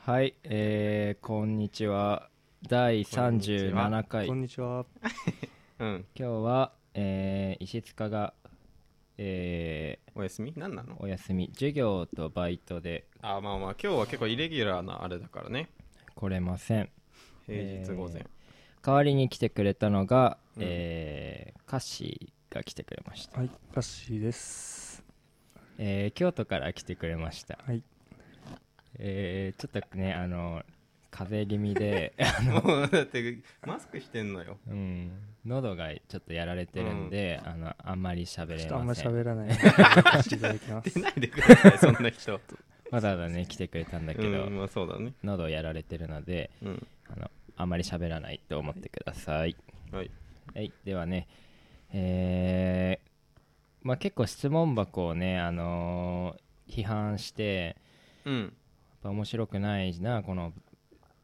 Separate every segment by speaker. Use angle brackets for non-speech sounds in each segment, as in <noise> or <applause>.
Speaker 1: はい、えー、こんにちは。第37回。
Speaker 2: こ
Speaker 1: 今
Speaker 2: んにちは。
Speaker 3: うん、
Speaker 1: 日は、えー、石塚が、え
Speaker 3: おやすみ何な
Speaker 1: ー、
Speaker 3: の
Speaker 1: お休み、授業とバイトで
Speaker 3: あまあまあ今日は結構イレギュラーなあれだからね
Speaker 1: 来れません。
Speaker 3: 平日午前、
Speaker 1: 代わりに来てくれたのが、
Speaker 3: うん
Speaker 1: えー、カッシーが来てくれました。
Speaker 2: はい、カッシーです。
Speaker 1: えー、京都から来てくれました。
Speaker 2: はい。
Speaker 1: えー、ちょっとね、あの、風邪気味
Speaker 2: <laughs>
Speaker 1: で、
Speaker 3: も <laughs> うだってマスクしてんのよ
Speaker 1: うん、喉がちょっとやられてるんで、あの、あんまり喋れま
Speaker 2: ちょ
Speaker 1: せ
Speaker 2: っ
Speaker 1: ん。
Speaker 2: とあんま喋らない。していただきます <laughs>
Speaker 3: 出。ないでくださいそんな
Speaker 1: <laughs>
Speaker 3: 人
Speaker 1: わざわざね来てくれたんだけど、
Speaker 3: うんまあそうだね
Speaker 1: 喉やられてるので
Speaker 3: うん
Speaker 1: あのあまり喋らないと思ってください、
Speaker 3: はい
Speaker 1: はい、ではねえーまあ結構質問箱をねあのー批判して
Speaker 3: うん
Speaker 1: やっぱ面白くないなこの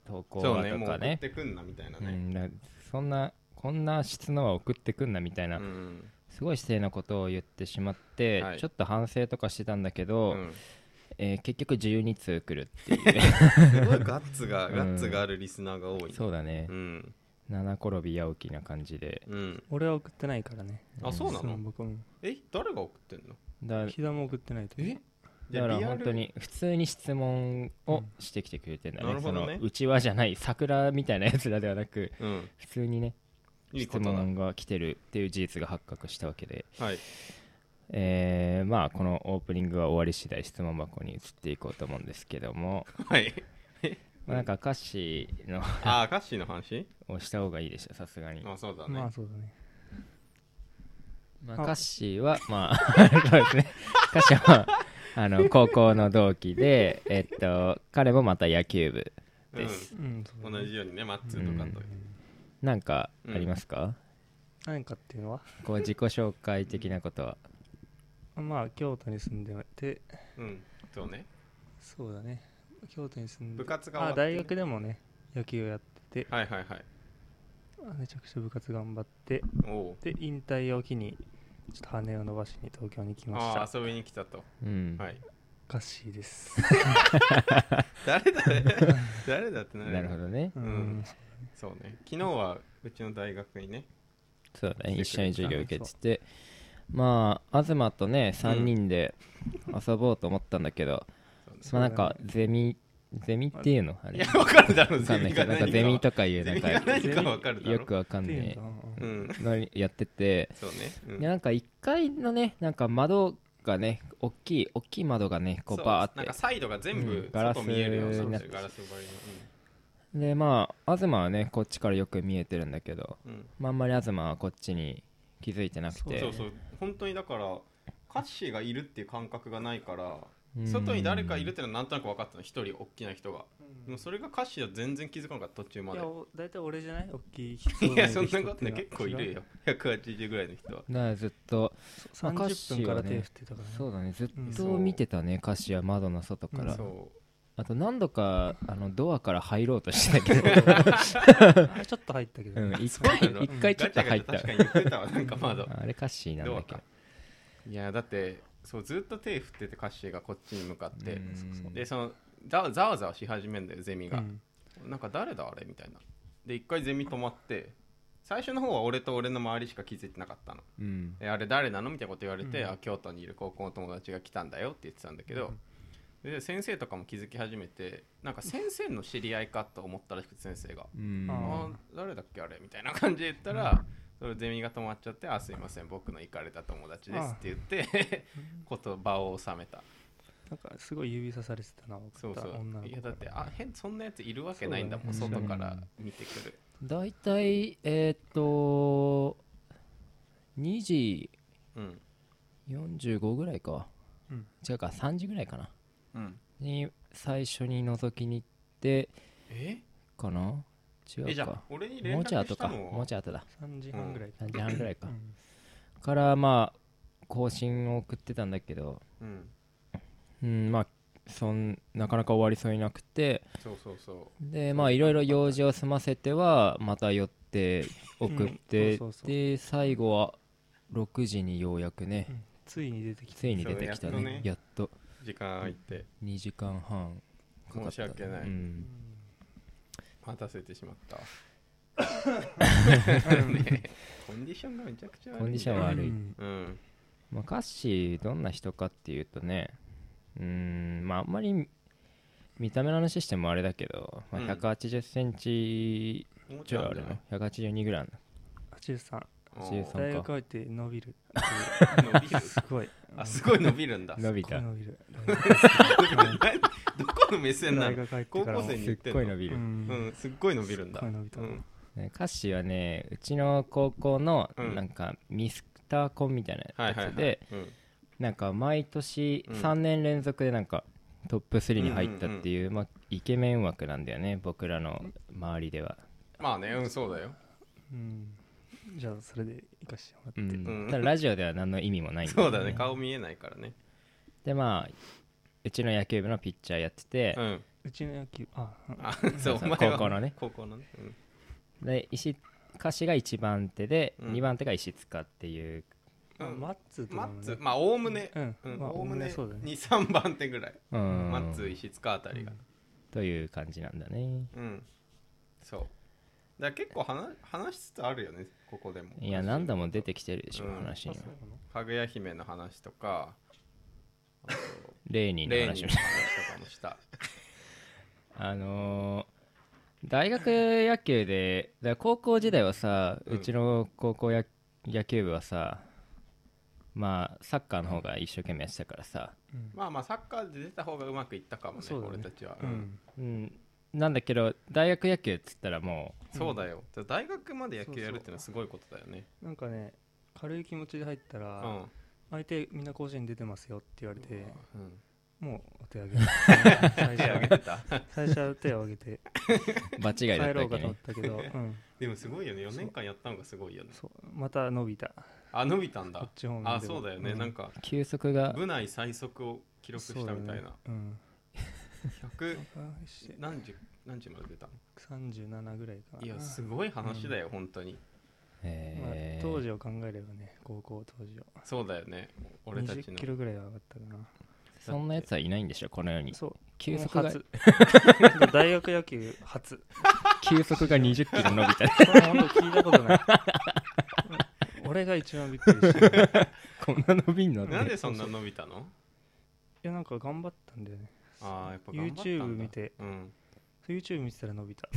Speaker 1: 投稿
Speaker 3: そう
Speaker 1: は
Speaker 3: ね
Speaker 1: と
Speaker 3: もう
Speaker 1: か
Speaker 3: 送っ
Speaker 1: ね
Speaker 3: てくんなみたいな
Speaker 1: う
Speaker 3: ね
Speaker 1: んだそんなこんな質のは送ってくんなみたい
Speaker 3: うん
Speaker 1: な、
Speaker 3: うん
Speaker 1: すごい姿勢なことを言ってしまって、
Speaker 3: はい
Speaker 1: ちょっと反省とかしてたんだけど、 <laughs> えー結局12通来るっていう
Speaker 3: すごいガッツが、
Speaker 1: うん
Speaker 3: ガッツがあるリスナーが多い、ね、
Speaker 1: そうだね、
Speaker 3: うん
Speaker 1: 七転び八起きな感じで
Speaker 3: うん
Speaker 2: 俺は送ってないからね。
Speaker 3: あそうな
Speaker 2: そ
Speaker 3: の
Speaker 2: の僕も。
Speaker 3: え誰が送ってんの
Speaker 1: だ
Speaker 2: 木田も送ってないと。
Speaker 3: えい
Speaker 1: だ
Speaker 3: や
Speaker 1: から
Speaker 3: リア
Speaker 1: 本
Speaker 3: ル
Speaker 1: 当に普通に質問をしてきてくれてんだね,、
Speaker 3: なるほどね
Speaker 1: そのうちわじゃない桜みたいなやつらではなく <laughs>
Speaker 3: うん
Speaker 1: 普通にね
Speaker 3: いい
Speaker 1: 質
Speaker 3: ことだ
Speaker 1: 問が来てるっていう事実が発覚したわけで、
Speaker 3: はい
Speaker 1: えーまあこのオープニングは終わり次第質問箱に移っていこうと思うんですけど
Speaker 3: <laughs>
Speaker 1: も、
Speaker 3: はい
Speaker 1: まあ、なんか歌詞の
Speaker 3: あーカッシーの話
Speaker 1: をした方がいいでしょさすがに、
Speaker 3: あそうだね、
Speaker 2: まあそうだね。
Speaker 1: まあ、歌詞はまあ <laughs> そうですね歌詞はあ
Speaker 3: <laughs>
Speaker 1: の高校の同期でえっと彼もまた野球部
Speaker 3: うん
Speaker 1: です
Speaker 2: うん、そうだ
Speaker 3: 同
Speaker 2: ね
Speaker 3: じようにねマッツーとかと、
Speaker 1: なんかありますか、
Speaker 2: 何かっていうのは
Speaker 1: こう自己紹介的なことは
Speaker 2: まあ、京都に住んでて、
Speaker 3: うん、そうね
Speaker 2: そうだね。京都に住んで
Speaker 3: 部活が終わ
Speaker 2: あ、
Speaker 3: ってね
Speaker 2: 大学でもね、野球をやってて、
Speaker 3: はいはいはい
Speaker 2: あめちゃくちゃ部活頑張って、
Speaker 3: おお
Speaker 2: で、引退を機に、ちょっと羽を伸ばしに東京に来まし
Speaker 3: あ
Speaker 2: た
Speaker 3: あ。遊びに来たと、
Speaker 1: うん、
Speaker 3: はい
Speaker 2: カッシー <laughs> です。
Speaker 3: 誰だ
Speaker 1: <laughs>
Speaker 3: 誰だってな
Speaker 1: なるほどね
Speaker 2: う
Speaker 3: うん。そうね昨日はうちの大学にね
Speaker 1: そうだね一
Speaker 3: 来てく
Speaker 1: 緒に
Speaker 3: れた
Speaker 1: 授業受けててまあ東とね3人で遊ぼうと思ったんだけど、
Speaker 3: そう
Speaker 1: ま
Speaker 3: ね
Speaker 1: あなんかゼミゼミっていうのあ
Speaker 3: い
Speaker 1: れ
Speaker 3: や分かるだろ
Speaker 1: わか
Speaker 3: ゼ
Speaker 1: んない
Speaker 3: ミ
Speaker 1: け
Speaker 3: が
Speaker 1: どなん
Speaker 3: 何か
Speaker 1: かゼミとかいう
Speaker 3: ゼ
Speaker 1: な
Speaker 3: ミ
Speaker 1: んか
Speaker 3: が何か分かるだろ
Speaker 1: よくわかん
Speaker 2: って
Speaker 1: ない
Speaker 2: うん
Speaker 1: い
Speaker 2: だ。
Speaker 3: う
Speaker 2: うん
Speaker 3: ん
Speaker 1: のやってて
Speaker 3: そうね、うん
Speaker 1: でなんか1階のねなんか窓がね大きい大きい窓がねこ
Speaker 3: そうう
Speaker 1: バーって
Speaker 3: なんかサイドが全
Speaker 1: う
Speaker 3: 部
Speaker 1: んガラス
Speaker 3: 外見えるような、
Speaker 1: になって
Speaker 3: ガラス張り
Speaker 1: でまあ東はねこっちからよく見えてるんだけど、
Speaker 3: の、うん
Speaker 1: まあ、あんまり東はこっちに気づいてなく
Speaker 3: うん
Speaker 1: て
Speaker 3: そうそう本当にだからカッシーがいるっていう感覚がないから
Speaker 1: うん
Speaker 3: 外に誰かいるってのはなんとなく分かったの一人大きな人がでもそれがカッシーは全然気づかなかった途中ま
Speaker 2: い
Speaker 3: で
Speaker 2: や、お大体俺じゃない大きい人
Speaker 3: いやそんなことね
Speaker 2: い
Speaker 3: 結構いる。よ180ぐらいの人は
Speaker 1: だからずっと
Speaker 2: そう30分から手振ってたからね。
Speaker 1: そうだねずっ
Speaker 2: うん
Speaker 1: と見てたね歌詞は窓の外から、
Speaker 2: うん
Speaker 3: そう
Speaker 1: あと何度かあのドアから入ろうとしてたけど、
Speaker 3: <laughs>
Speaker 2: <laughs> あちょっと入ったけど
Speaker 1: う
Speaker 2: ね。
Speaker 1: ん、一
Speaker 3: そう
Speaker 1: 回
Speaker 3: なの
Speaker 1: 一回ちょっと入った
Speaker 3: ガチャガチャ確かに言ってたわなん
Speaker 1: <laughs>
Speaker 3: か窓
Speaker 1: あれ歌詞なんだけ
Speaker 3: ドア
Speaker 1: ど
Speaker 3: かいやだってそうずっと手振っててカッシーがこっちに向かって
Speaker 1: うん
Speaker 3: でそのざわざわざわし始めんだよゼミ
Speaker 2: う
Speaker 3: が、
Speaker 2: ん
Speaker 3: なんか誰だあれみたいなで一回ゼミ止まって最初の方は俺と俺の周りしか気づいてなかったの
Speaker 1: うん
Speaker 3: であれ誰なのみたいなこと言われて、
Speaker 2: うん
Speaker 3: あ京都にいる高校の友達が来たんだよって言ってたんだけど、で先生とかも気づき始めてなんか先生の知り合いかと思ったらしくて先生が
Speaker 1: うん
Speaker 2: あー
Speaker 3: あー誰だっけあれみたいな感じで言ったら、それゼミが止まっちゃって「あすいません僕の行かれた友達です」って言って <laughs> 言葉を収めた
Speaker 2: なんかすごい指さされてたな、送
Speaker 3: そう
Speaker 2: った
Speaker 3: そう
Speaker 2: 女の
Speaker 3: い
Speaker 2: 子
Speaker 3: やだってあ変そんなやついるわけないんだもん
Speaker 1: そうだね
Speaker 3: 外から見てくる
Speaker 1: 大体えーっと2時
Speaker 3: うん
Speaker 1: 45ぐらいか
Speaker 2: うん
Speaker 1: 違うか3時ぐらいかな
Speaker 3: うん
Speaker 1: に最初に覗きに行って
Speaker 3: え
Speaker 1: かな違
Speaker 3: え
Speaker 1: う
Speaker 3: じゃあ
Speaker 1: か
Speaker 3: 俺に連
Speaker 1: もうちょい
Speaker 3: 絡
Speaker 1: 後
Speaker 3: し
Speaker 1: か
Speaker 3: たのは
Speaker 1: もうちょい後だ
Speaker 2: 3時半ぐらいか。
Speaker 1: 3時半ぐらいか
Speaker 2: うん
Speaker 1: からまあ更新を送ってたんだけど
Speaker 3: うん
Speaker 1: うんまあそんなかなか終わりそうになくて
Speaker 3: そうそうそ
Speaker 1: でまあいろいろ用事を済ませてはまた寄って送って、
Speaker 2: うんそうそうそう
Speaker 1: で最後は6時にようやくね、
Speaker 2: うんついに出てきた。
Speaker 1: ついに出てきたね
Speaker 3: そう
Speaker 1: や
Speaker 3: や
Speaker 1: っと
Speaker 3: う時間空いて
Speaker 1: 2時間半かかった
Speaker 3: 申し訳ない
Speaker 1: うん
Speaker 3: 待たせてしまったねコンディションがめちゃくちゃ悪い
Speaker 1: コ
Speaker 3: んだよ
Speaker 1: ンディション悪い
Speaker 2: うん
Speaker 3: うん
Speaker 1: まあ、カッシーどんな人かっていうとねうーんまああんまり見た目の話してもあれだけど、まあ、
Speaker 3: うん
Speaker 1: 1 8 0ンチ
Speaker 3: もうち
Speaker 1: ち
Speaker 3: ょ
Speaker 1: ょ
Speaker 3: い
Speaker 1: い
Speaker 3: あ
Speaker 1: あ
Speaker 3: る
Speaker 1: るの
Speaker 3: な
Speaker 1: 182ぐらいあるの
Speaker 2: 83
Speaker 1: 13
Speaker 3: うん
Speaker 2: 大学入って伸びる
Speaker 3: 伸びる
Speaker 2: すごい
Speaker 3: あすごい伸びるんだ
Speaker 1: 伸び
Speaker 2: すっご
Speaker 1: た
Speaker 2: い伸び
Speaker 3: <laughs>
Speaker 2: る
Speaker 3: 何どこの目線な
Speaker 2: 大
Speaker 3: の
Speaker 2: 学入って
Speaker 3: 高
Speaker 2: から
Speaker 3: 校
Speaker 2: も
Speaker 3: 生に
Speaker 1: す
Speaker 3: 言っ
Speaker 1: って
Speaker 3: ん
Speaker 1: ご
Speaker 3: の
Speaker 1: い伸びる、
Speaker 3: うんんすっごい伸びるんだ
Speaker 2: すっごい伸びた
Speaker 3: うん
Speaker 1: ねカッシーはねうちの高校の
Speaker 3: うん
Speaker 1: なんかミスターコンみたいな
Speaker 3: はい
Speaker 1: やつ
Speaker 3: はい
Speaker 1: で、
Speaker 3: はいうん
Speaker 1: なんか毎年
Speaker 3: うん
Speaker 1: 3年連続でなんかトップ3に入ったっていう,、まあ、イケメン枠なんだよね僕らの周りでは、
Speaker 3: まあねうんそうだよ
Speaker 2: うんじゃあそれで行かしてもらっ
Speaker 1: う
Speaker 2: て
Speaker 1: ん
Speaker 3: うん
Speaker 1: ただラジオでは何の意味もないん
Speaker 3: そうだね
Speaker 1: よ
Speaker 3: 顔見えないからね
Speaker 1: でまあうちの野球部のピッチャーやってて
Speaker 3: う、ん
Speaker 2: うちの野球あ
Speaker 3: あそうお
Speaker 1: そう
Speaker 3: 前は
Speaker 1: 高校のね
Speaker 3: 高校のねうん
Speaker 1: で石歌詞が1番手で、
Speaker 3: うん
Speaker 1: 2番手が石塚っていう
Speaker 2: あ
Speaker 3: うん
Speaker 2: マッツと
Speaker 3: マ
Speaker 2: か
Speaker 3: ッ
Speaker 2: も
Speaker 3: ツ
Speaker 2: ね
Speaker 3: まあおおむね
Speaker 2: うん
Speaker 3: うん
Speaker 2: まあ
Speaker 3: おおむね
Speaker 2: そうだね
Speaker 3: 23番手ぐらい
Speaker 1: うん
Speaker 3: マッツ石塚あたりが
Speaker 1: という感じなんだね
Speaker 3: うんそうだから結構話話しつつあるよねここでも
Speaker 1: いや何度も出てきてるでしょ、
Speaker 3: うん
Speaker 1: 話には
Speaker 3: かぐや姫の話とかあと
Speaker 1: レーニンの
Speaker 3: レーニ
Speaker 1: 話
Speaker 3: ン
Speaker 1: も
Speaker 3: の話とかもした
Speaker 1: <laughs> あのー大学野球でだから高校時代はさ、
Speaker 3: う
Speaker 1: うんちの高校や野球部はさまあサッカーの方が一生懸命やってたからさ、
Speaker 2: うん
Speaker 3: <laughs> まあまあサッカーで出た方がうまくいったかもね
Speaker 2: そうだね
Speaker 3: 俺たちは、う
Speaker 2: う
Speaker 3: ん
Speaker 2: ん
Speaker 1: うん、なんだけど大学野球っつったらも
Speaker 3: そうだよだから大学まで野球やるってのはすごいことだよね
Speaker 2: なんかね軽い気持ちで入った
Speaker 3: う
Speaker 2: ら相手みんな甲子園出てますよって言われて
Speaker 3: ん、うん、
Speaker 2: もうお手上
Speaker 3: <laughs>
Speaker 2: げ最
Speaker 3: 手
Speaker 2: 初
Speaker 3: 挙
Speaker 2: は
Speaker 3: げてた
Speaker 2: 最初は手を挙げて
Speaker 1: う場違い
Speaker 2: 帰
Speaker 1: だった
Speaker 2: ろ
Speaker 1: わ
Speaker 2: うか
Speaker 1: け
Speaker 2: と
Speaker 1: ね
Speaker 2: 思ったけど、うん、
Speaker 3: <laughs> でもすごいよね4年間やったのがすごいよね
Speaker 2: そうまた伸びた
Speaker 3: あ伸びたんだ
Speaker 2: こっち方面でも
Speaker 3: あそうだよね、なんか
Speaker 1: 球速が
Speaker 3: 部内最速を記録したみたいな、
Speaker 2: そうだね
Speaker 3: 100
Speaker 2: うんあして
Speaker 3: 何時何時まで出たの
Speaker 2: 37ぐらいかない
Speaker 3: やすごい話だよ、本当に
Speaker 2: まあ
Speaker 1: えー
Speaker 2: 当時を考えればね高校当時を
Speaker 3: そうだよね俺た
Speaker 2: 2
Speaker 3: ち
Speaker 2: 0
Speaker 3: の
Speaker 2: キロぐらいは上がったか
Speaker 1: そんなやつはいないんでしょこの世に
Speaker 2: なそう
Speaker 1: 球
Speaker 2: もう
Speaker 1: 速が
Speaker 2: 初 <laughs> 大学野球初
Speaker 1: 球速が20キロ伸び
Speaker 2: <laughs>
Speaker 1: た
Speaker 2: これ本当聞いたことない俺が一番びっくりしたい
Speaker 1: こんな伸びんのっ
Speaker 3: なん
Speaker 1: て
Speaker 3: でそんな伸びたの
Speaker 2: やなんか頑張ったんだよね
Speaker 3: ああやっぱ頑張ったんだ
Speaker 2: YouTube 見て
Speaker 3: うん <laughs>
Speaker 2: YouTube 見てたら伸びた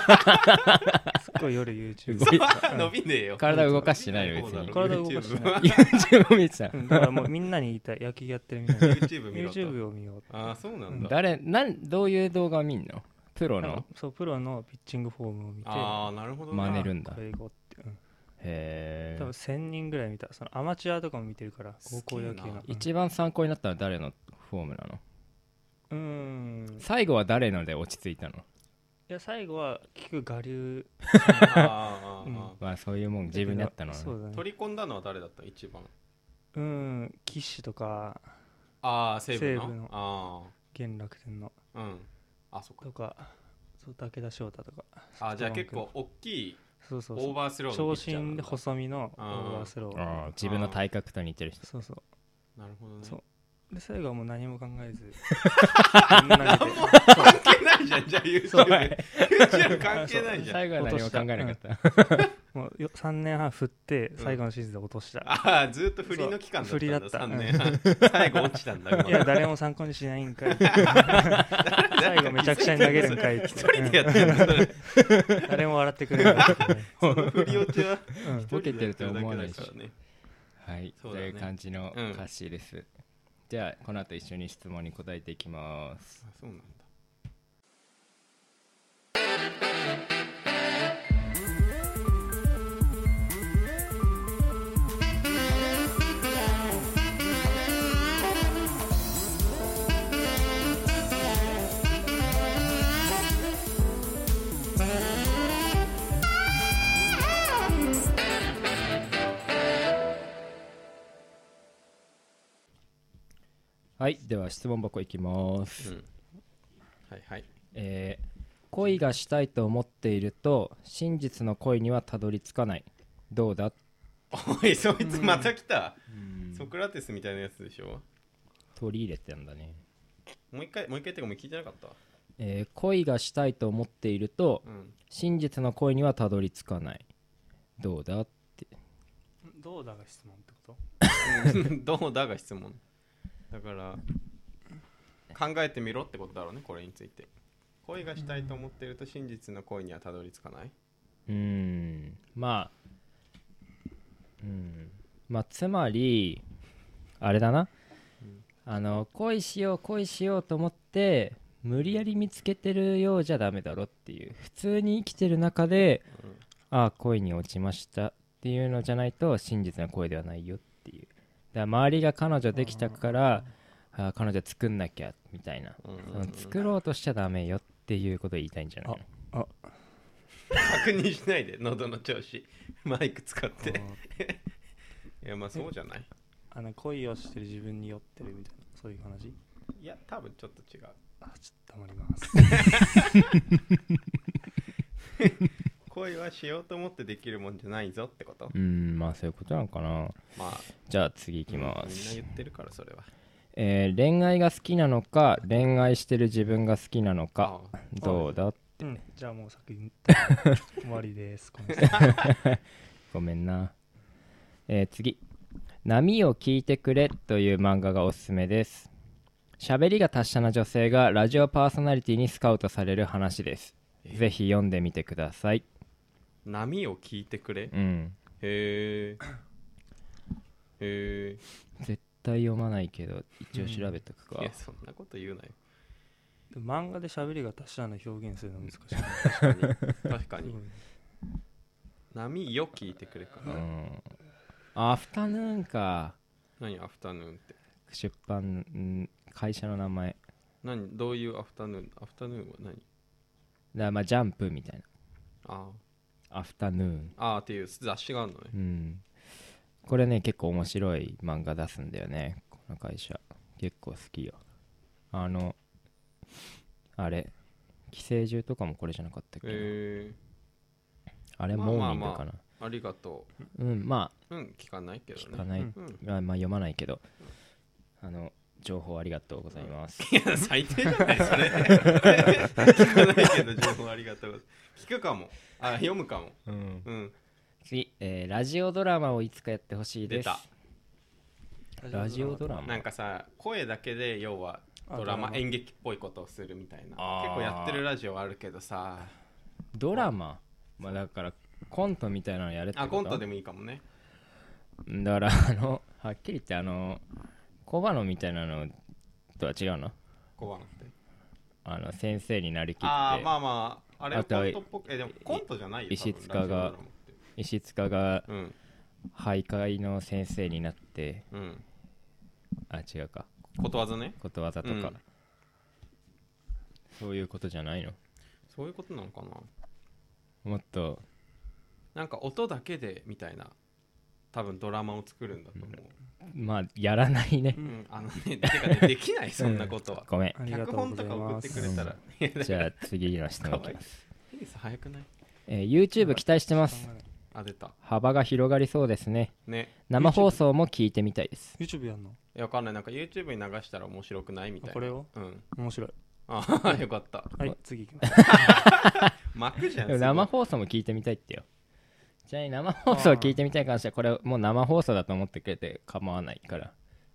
Speaker 2: すっごい夜 YouTube
Speaker 1: 動い
Speaker 3: 伸びねえよ
Speaker 1: 体動かしてないよ別に
Speaker 2: 体動かしてない
Speaker 1: YouTube 見てた
Speaker 2: うんだからもうみんなに言いたい野球やってるみんなに
Speaker 3: <laughs> YouTube 見ろと
Speaker 2: YouTube を見よう
Speaker 3: ああそうなんだ
Speaker 1: 誰なんどういう動画を見んのプロ
Speaker 2: なんか
Speaker 1: の
Speaker 2: そうプロのピッチングフォームを見て
Speaker 3: ああなるほどな
Speaker 1: 真似るんだ
Speaker 2: これ行こうって、うん
Speaker 1: へ
Speaker 2: 多分
Speaker 1: え
Speaker 2: 1000人ぐらい見たそのアマチュアとかも見てるから
Speaker 3: す
Speaker 2: 高
Speaker 3: げ
Speaker 2: 校
Speaker 3: えな
Speaker 2: 野球のうん
Speaker 1: 一番参考になったのは誰のフォームなの
Speaker 2: うーん
Speaker 1: 最後は誰ので落ち着いたの
Speaker 2: いや最後は聞く我流
Speaker 3: あーあーあ
Speaker 1: まあそういうもん自分に合ったのね
Speaker 2: そうだ
Speaker 3: ー
Speaker 2: ね
Speaker 3: 取り込んだのは誰だった一番
Speaker 2: うん騎手とか
Speaker 3: ああ西武の
Speaker 2: 西武の
Speaker 3: あ
Speaker 2: 元楽天の
Speaker 3: あうんあそっか
Speaker 2: とかそう武田翔太とか
Speaker 3: あーじゃあ結
Speaker 2: ソフ
Speaker 3: 構大きい
Speaker 2: そうそう
Speaker 3: オー
Speaker 2: そう
Speaker 3: バースロー
Speaker 2: 長
Speaker 3: のピッチャーなん
Speaker 2: 身で
Speaker 3: だ
Speaker 2: 細身のオ
Speaker 3: あー
Speaker 2: ーバースロー
Speaker 1: あー自分の体格と似てる人
Speaker 2: そうそう
Speaker 3: なるほどね
Speaker 2: そうで最後はもう何も考
Speaker 3: <laughs>
Speaker 2: えずみんな投げてそう
Speaker 3: 関係ないじゃんじゃあ
Speaker 2: そう
Speaker 3: YouTube YouTube 関係ないじゃん
Speaker 1: 最後は何も考えなかった
Speaker 2: もうよ3年半振って最後のシーズンで落とした、
Speaker 3: ああずーっと振りの期間だったんだ
Speaker 2: そう
Speaker 3: 3年半最後落ちたんだ
Speaker 2: いや
Speaker 3: 今
Speaker 2: 誰も参考にしない
Speaker 3: <laughs>
Speaker 2: んかい最後めちゃくちゃに投げるんかいって
Speaker 3: 一人でやってるんだそれ
Speaker 2: うん誰も笑ってくれないってね
Speaker 3: その振り落ちは
Speaker 2: うん
Speaker 1: ボケてると思わ
Speaker 3: わ
Speaker 1: ないし
Speaker 3: からね
Speaker 1: はい、
Speaker 3: そう
Speaker 1: と
Speaker 3: だ
Speaker 1: い
Speaker 3: ね
Speaker 1: う感じの
Speaker 3: うん
Speaker 1: 歌詞です、じゃあこの後一緒に質問に答えていきます
Speaker 3: あそうなんだ
Speaker 1: はいでは質問箱いきます、
Speaker 3: うんはいはい
Speaker 1: えー恋がしたいと思っていると真実の恋にはたどり着かないどうだ
Speaker 3: おいそいつまた来たソクラテスみたいなやつでしょ
Speaker 1: 取り入れてんだね
Speaker 3: もう一回もう一回ってかもう聞いてなかった
Speaker 1: えー恋がしたいと思っていると
Speaker 3: うん
Speaker 1: 真実の恋にはたどり着かないどうだって
Speaker 2: どうだが質問ってこと
Speaker 3: うん <laughs> どうだが質問だから考えてみろってことだろうねこれについて恋がしたいと思っていると真実の恋にはたどり着かないう
Speaker 1: ーんまあうんまあつまりあれだな、
Speaker 3: うん
Speaker 1: あの恋しよう恋しようと思って無理やり見つけてるようじゃダメだろっていう普通に生きてる中で
Speaker 3: うん
Speaker 1: ああ恋に落ちましたっていうのじゃないと真実の恋ではないよっていうだから周りが彼女できたからああ彼女作んなきゃみたいな、
Speaker 3: うん
Speaker 1: その作ろうとしちゃダメよっていうことを言いたいんじゃないの
Speaker 3: 確認しないで喉の調子マイク使っ
Speaker 2: あ
Speaker 3: て
Speaker 2: ー
Speaker 3: いやまあそうじゃない
Speaker 2: あの恋をしてる自分に酔ってるみたいなそういう話
Speaker 3: いや多分ちょっと違う
Speaker 2: あちょっと黙ります
Speaker 3: 恋はしようと思ってできるもんじゃないぞってこと
Speaker 1: うーんまあそういうことなのかな
Speaker 3: まあ
Speaker 1: じゃあ次いきま
Speaker 3: みんな
Speaker 1: す、
Speaker 3: 言ってるからそれは
Speaker 1: えー恋愛が好きなのか恋愛してる自分が好きなのか
Speaker 3: ああ
Speaker 1: どうだ
Speaker 2: うんじゃあもう作品終わり <laughs> ですこの人
Speaker 1: ごめんな、えー次「波を聞いてくれ」という漫画がおすすめです喋りが達者な女性がラジオパーソナリティにスカウトされる話です
Speaker 3: え
Speaker 1: ぜひ読んでみてください
Speaker 3: 波を聞いてくれへ
Speaker 1: うん
Speaker 3: えへえ
Speaker 1: 絶対読まないけど一応調べとくか、
Speaker 3: いやそんなこと言う
Speaker 1: <laughs>
Speaker 3: なよ
Speaker 2: 漫画で喋りが達者な表現するの難しい
Speaker 3: 確かに確か
Speaker 2: す
Speaker 3: に
Speaker 2: ごい
Speaker 3: 波よ聞いてくれか
Speaker 1: う
Speaker 3: な、
Speaker 1: んアフタヌーンか
Speaker 3: 何アフタヌーンって
Speaker 1: 出版ん会社の名前
Speaker 3: 何どういうアフタヌーンアフタヌーンは何
Speaker 1: だからまあジャンプみたい
Speaker 3: あ
Speaker 1: なアフタヌーン
Speaker 3: あああっていう雑誌があるのね
Speaker 1: うんこれね結構面白い漫画出すんだよねこの会社結構好きよあのあれ寄生獣とかもこれじゃなかったっけな、
Speaker 3: へえ
Speaker 1: あれ
Speaker 3: まあ
Speaker 1: モ
Speaker 3: ま
Speaker 1: ー
Speaker 3: あ
Speaker 1: ニング
Speaker 3: まあ
Speaker 1: かな、
Speaker 3: ありがと
Speaker 1: うんま
Speaker 3: ううん聞かないけ
Speaker 1: あ
Speaker 3: どね
Speaker 1: 聞かない、
Speaker 2: うん
Speaker 3: うん
Speaker 1: まあまあ読まないけどあの情報ありがとうございます、
Speaker 3: <laughs> いや最低じゃな
Speaker 1: <laughs>
Speaker 3: いそれ聞かないけど情報ありがとうございます聞くかもあ読むかも
Speaker 1: うん
Speaker 3: うん
Speaker 1: 次、えーラジオドラマをいつかやってほしいです
Speaker 3: 出た
Speaker 1: ラジオドラマ
Speaker 3: なんかさ声だけで要は
Speaker 2: あ
Speaker 3: ドラマ
Speaker 2: ドラマ
Speaker 3: 演劇っぽいことをするみたいな
Speaker 1: あー
Speaker 3: 結構やってるラジオあるけどさ
Speaker 1: ドラマまあだからコントみたいなのやれってこ
Speaker 3: あ
Speaker 1: と
Speaker 3: コントでもいいかもね
Speaker 1: だからあの <laughs> はっきり言ってあの小花みたいなのとは違うの
Speaker 3: 小判って
Speaker 1: あの先生になりきって
Speaker 3: ああまあまああれは
Speaker 1: あと
Speaker 3: コ
Speaker 1: は
Speaker 3: ントっぽくえでもコントじゃないよ
Speaker 1: 石
Speaker 3: 多分
Speaker 1: 塚が
Speaker 3: ラジオドラマって
Speaker 1: 石塚が
Speaker 3: うん
Speaker 1: 徘徊の先生になって
Speaker 3: うん
Speaker 1: あ違うか
Speaker 3: ことわざね
Speaker 1: ことわざとか、
Speaker 3: うん
Speaker 1: そういうことじゃないの
Speaker 3: そういうことなのかな
Speaker 1: もっと
Speaker 3: なんか音だけでみたいな多分ドラマを作るんだと思う、
Speaker 1: まあやらないね
Speaker 3: うんあのねてかねできないそんなこと
Speaker 1: <laughs>
Speaker 3: は、
Speaker 1: ごめん
Speaker 2: ありが
Speaker 3: 脚
Speaker 2: とう
Speaker 3: 本
Speaker 2: ござ
Speaker 3: と
Speaker 2: い
Speaker 3: か送
Speaker 2: ま
Speaker 3: って
Speaker 2: す
Speaker 3: くれたら、いや
Speaker 1: じゃあ次の質問いきます、
Speaker 3: ペース早くない
Speaker 1: えー YouTube 期待してます
Speaker 3: あ出た
Speaker 1: 幅が広がりそうですね
Speaker 3: ね
Speaker 1: 生放送も聞いてみたいです
Speaker 2: YouTube やんの
Speaker 3: いやわかんないなんか YouTube に流したら面白くないみたいな
Speaker 2: あこれを
Speaker 3: うん
Speaker 2: 面白い
Speaker 3: ああ <laughs> よかった
Speaker 2: はい次行きます
Speaker 3: 巻くじゃん
Speaker 1: でも
Speaker 3: すごい
Speaker 1: 生放送も聞いてみたいってよちなみに生放送を聞いてみたいに関してはこれもう生放送だと思ってくれて構わないから、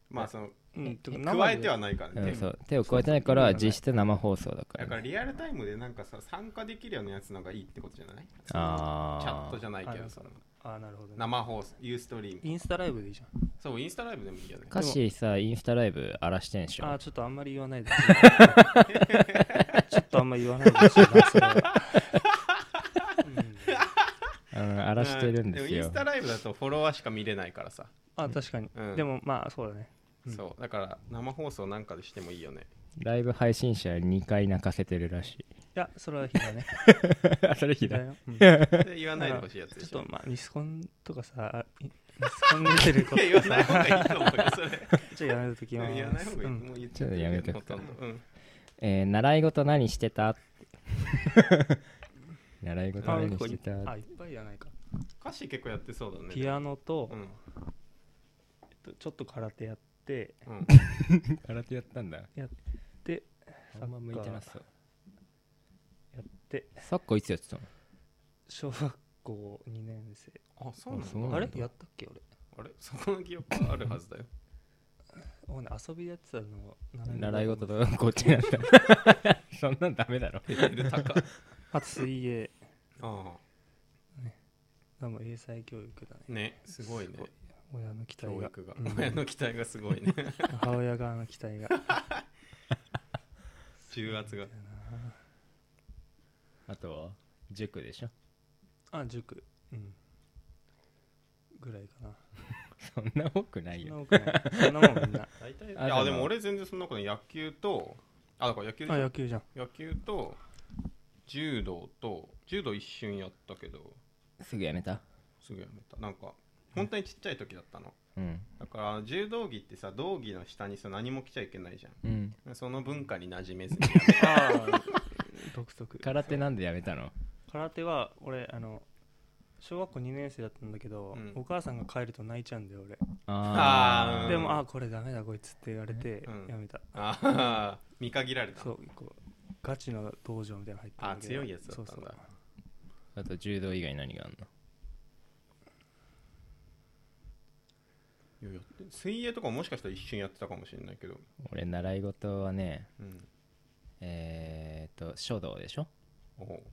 Speaker 3: まあその
Speaker 2: うんてか生で
Speaker 3: 加えてはないから
Speaker 1: う
Speaker 3: ね
Speaker 1: ん、そう手を加えてないから実質生放送だか
Speaker 3: だ
Speaker 1: ら,、
Speaker 3: からリアルタイムでなんかさ参加できるようなやつのがいいってことじゃない
Speaker 1: あー
Speaker 3: チャットじゃないけ
Speaker 2: は
Speaker 3: ど
Speaker 2: い
Speaker 3: その
Speaker 2: あーなるほどね
Speaker 3: 生放送ユーストリーム
Speaker 2: インスタライブでいいじゃん
Speaker 3: そうインスタライブでもいいよね
Speaker 1: カッシーさインスタライブ荒らしてんでし
Speaker 2: あー
Speaker 1: ょ
Speaker 2: ちょっとあんまり言わないでちょっとあんまり言わないでほしいなそれは、うん
Speaker 1: あの荒らしてるんです
Speaker 3: もイン
Speaker 1: よ
Speaker 3: スタライブだとフォロワーしか見れないからさ、
Speaker 2: あ確かに、
Speaker 3: うん
Speaker 2: でもまあそうだねうん
Speaker 3: そうだから生放送なんかでしてもいいよ <laughs> ね
Speaker 1: ライブ配信者2回泣かせてるら
Speaker 3: <laughs>
Speaker 1: し
Speaker 2: いやそれはひだね
Speaker 1: いそれひ
Speaker 2: ひだよ、うん
Speaker 3: で言わないでほしいやつでし
Speaker 2: ちょ
Speaker 3: ょ
Speaker 2: っとまあミスコンとかさミスコン出てること
Speaker 3: い <laughs> や言わない方
Speaker 2: <laughs>
Speaker 3: がいいと思うよそれ
Speaker 2: ちょっとやめとき
Speaker 3: 言
Speaker 2: ま
Speaker 3: わ
Speaker 2: す
Speaker 3: ない方がいい、
Speaker 2: うん
Speaker 3: もう言っ
Speaker 1: ちょっとやめと
Speaker 3: ほ
Speaker 1: くか
Speaker 3: とんどうん
Speaker 1: えー習い事何してた <laughs> 習い事
Speaker 2: あ
Speaker 1: 何
Speaker 2: 結構
Speaker 1: してた
Speaker 2: あいっぱいやないか
Speaker 3: 歌詞結構やってそうだね
Speaker 2: ピアノと、
Speaker 3: うん、
Speaker 2: えっとちょっと空手やって
Speaker 3: うん、
Speaker 1: 空手やったんだ
Speaker 2: で
Speaker 1: あんま向いてなそう
Speaker 2: やって
Speaker 1: サッカーいつやってたの
Speaker 2: 小学校2年生
Speaker 3: あそうなんだ
Speaker 1: あそうなんだ
Speaker 2: あれやったっけ俺
Speaker 3: あれそこの記憶はあるはずだよ
Speaker 1: <laughs>
Speaker 2: おね遊びでやってたの
Speaker 1: 習い事とこっちなんだ <laughs> そんなんダメだろ
Speaker 3: レベル高い
Speaker 2: あと水泳
Speaker 3: あ
Speaker 2: がもう英才教育だね
Speaker 3: あねすごいね
Speaker 2: すごい親の期待
Speaker 3: 教
Speaker 2: が
Speaker 3: 育が
Speaker 2: うん
Speaker 3: 親の期待がす
Speaker 1: <laughs>
Speaker 3: ごいね
Speaker 2: 母親側の期待が
Speaker 3: 重圧が
Speaker 1: あとは塾でしょ
Speaker 2: あ塾うんぐらいかな
Speaker 1: そんな多くな
Speaker 2: そ
Speaker 1: い
Speaker 2: んな
Speaker 1: よ
Speaker 2: 多くないそんなもんみんな
Speaker 3: 大体
Speaker 1: あ
Speaker 3: あ
Speaker 1: で
Speaker 3: で
Speaker 1: も
Speaker 3: も俺全然そんなことない野球とあだから野球で <laughs>
Speaker 2: あ
Speaker 3: しょ
Speaker 2: 野球じゃん
Speaker 3: 野球と柔道と柔道一瞬やったけど
Speaker 1: すぐやめた
Speaker 3: すぐやめたなんか本当にちっちゃい時だったの
Speaker 1: うん
Speaker 3: だから柔道着ってさ道着の下にさ何も着ちゃいけないじゃ
Speaker 1: うん
Speaker 3: んその文化に馴染め <laughs> ずに
Speaker 2: ああ独
Speaker 1: <laughs>
Speaker 2: 特
Speaker 1: 空手なんでやめたの
Speaker 2: 空手は俺あの小学校2年生だったんだけど、
Speaker 3: うん
Speaker 2: お母さんが帰ると泣いちゃうんだよ俺、
Speaker 1: あ
Speaker 3: うん
Speaker 2: でもあこれダメだこいつって言われて、
Speaker 3: うん
Speaker 2: やめた
Speaker 3: ああ見限られた
Speaker 2: そうこうガチの道場みたいなの入ってる
Speaker 3: あ強いやつだったんだ
Speaker 2: そう
Speaker 1: あと柔道以外何があんの
Speaker 3: いややって水泳とかもしかしたら一瞬やってたかもしれないけど、
Speaker 1: 俺習い事はね
Speaker 3: うん、
Speaker 1: えー、っと書道でしょ
Speaker 3: おう、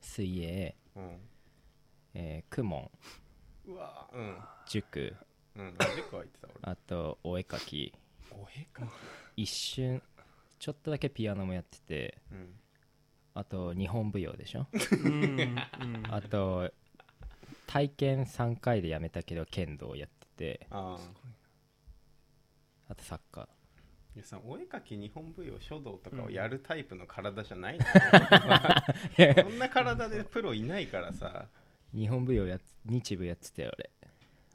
Speaker 1: 水泳、
Speaker 3: うん、
Speaker 1: えー、公文
Speaker 3: うわーうん
Speaker 1: 塾
Speaker 3: うんあ塾は行ってた
Speaker 1: あとお絵描き
Speaker 3: 俺おへか
Speaker 1: 一瞬ちょっとだけピアノもやってて
Speaker 3: うん
Speaker 1: あと日本舞踊でしょ
Speaker 2: そううんうん
Speaker 1: あと体験3回でやめたけど剣道やってて
Speaker 3: ああ
Speaker 1: あとサッカー
Speaker 3: いやさお絵描き日本舞踊書道とかをやるタイプの体じゃない、 <laughs> そんな体でプロいないからさ、
Speaker 1: 日本舞踊やっ日舞やってたよ俺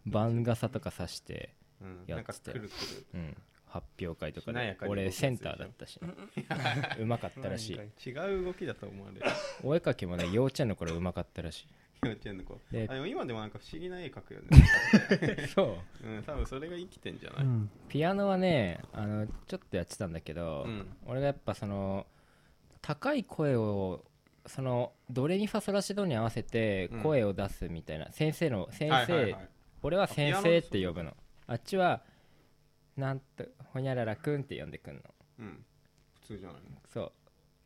Speaker 1: 番傘とかさして、
Speaker 3: うん、
Speaker 1: や
Speaker 3: な
Speaker 1: っ
Speaker 3: んか
Speaker 1: てた
Speaker 3: く
Speaker 1: よ
Speaker 3: るくる
Speaker 1: うん、発表会とか
Speaker 3: しなや
Speaker 1: で
Speaker 3: かに
Speaker 1: 俺
Speaker 3: 動くやつ
Speaker 1: センターだった
Speaker 3: <laughs>
Speaker 1: しねうまかったらしい
Speaker 3: 違う動きだと思われる
Speaker 1: お絵描きもね幼稚園の頃うまかったらし
Speaker 3: 幼稚園の子
Speaker 1: で
Speaker 3: あでも今でもなんか不思議な絵描くよ
Speaker 1: <laughs>
Speaker 3: ね、
Speaker 1: いそう
Speaker 3: うん、多分それが生きてんじゃな
Speaker 2: う
Speaker 3: い、
Speaker 2: ん
Speaker 1: ピアノはねあのちょっとやってたんだけど、
Speaker 3: うん
Speaker 1: 俺がやっぱその高い声をそのドレミファソラシドに合わせて
Speaker 3: うん
Speaker 1: 声を出すみたいな、先生の先生、
Speaker 3: はいはいはい
Speaker 1: 俺は先生っ
Speaker 3: あピ
Speaker 1: て呼ぶのあっちはなんとほにゃららくんって呼んでくんの
Speaker 3: うん、普通じゃないの
Speaker 1: そ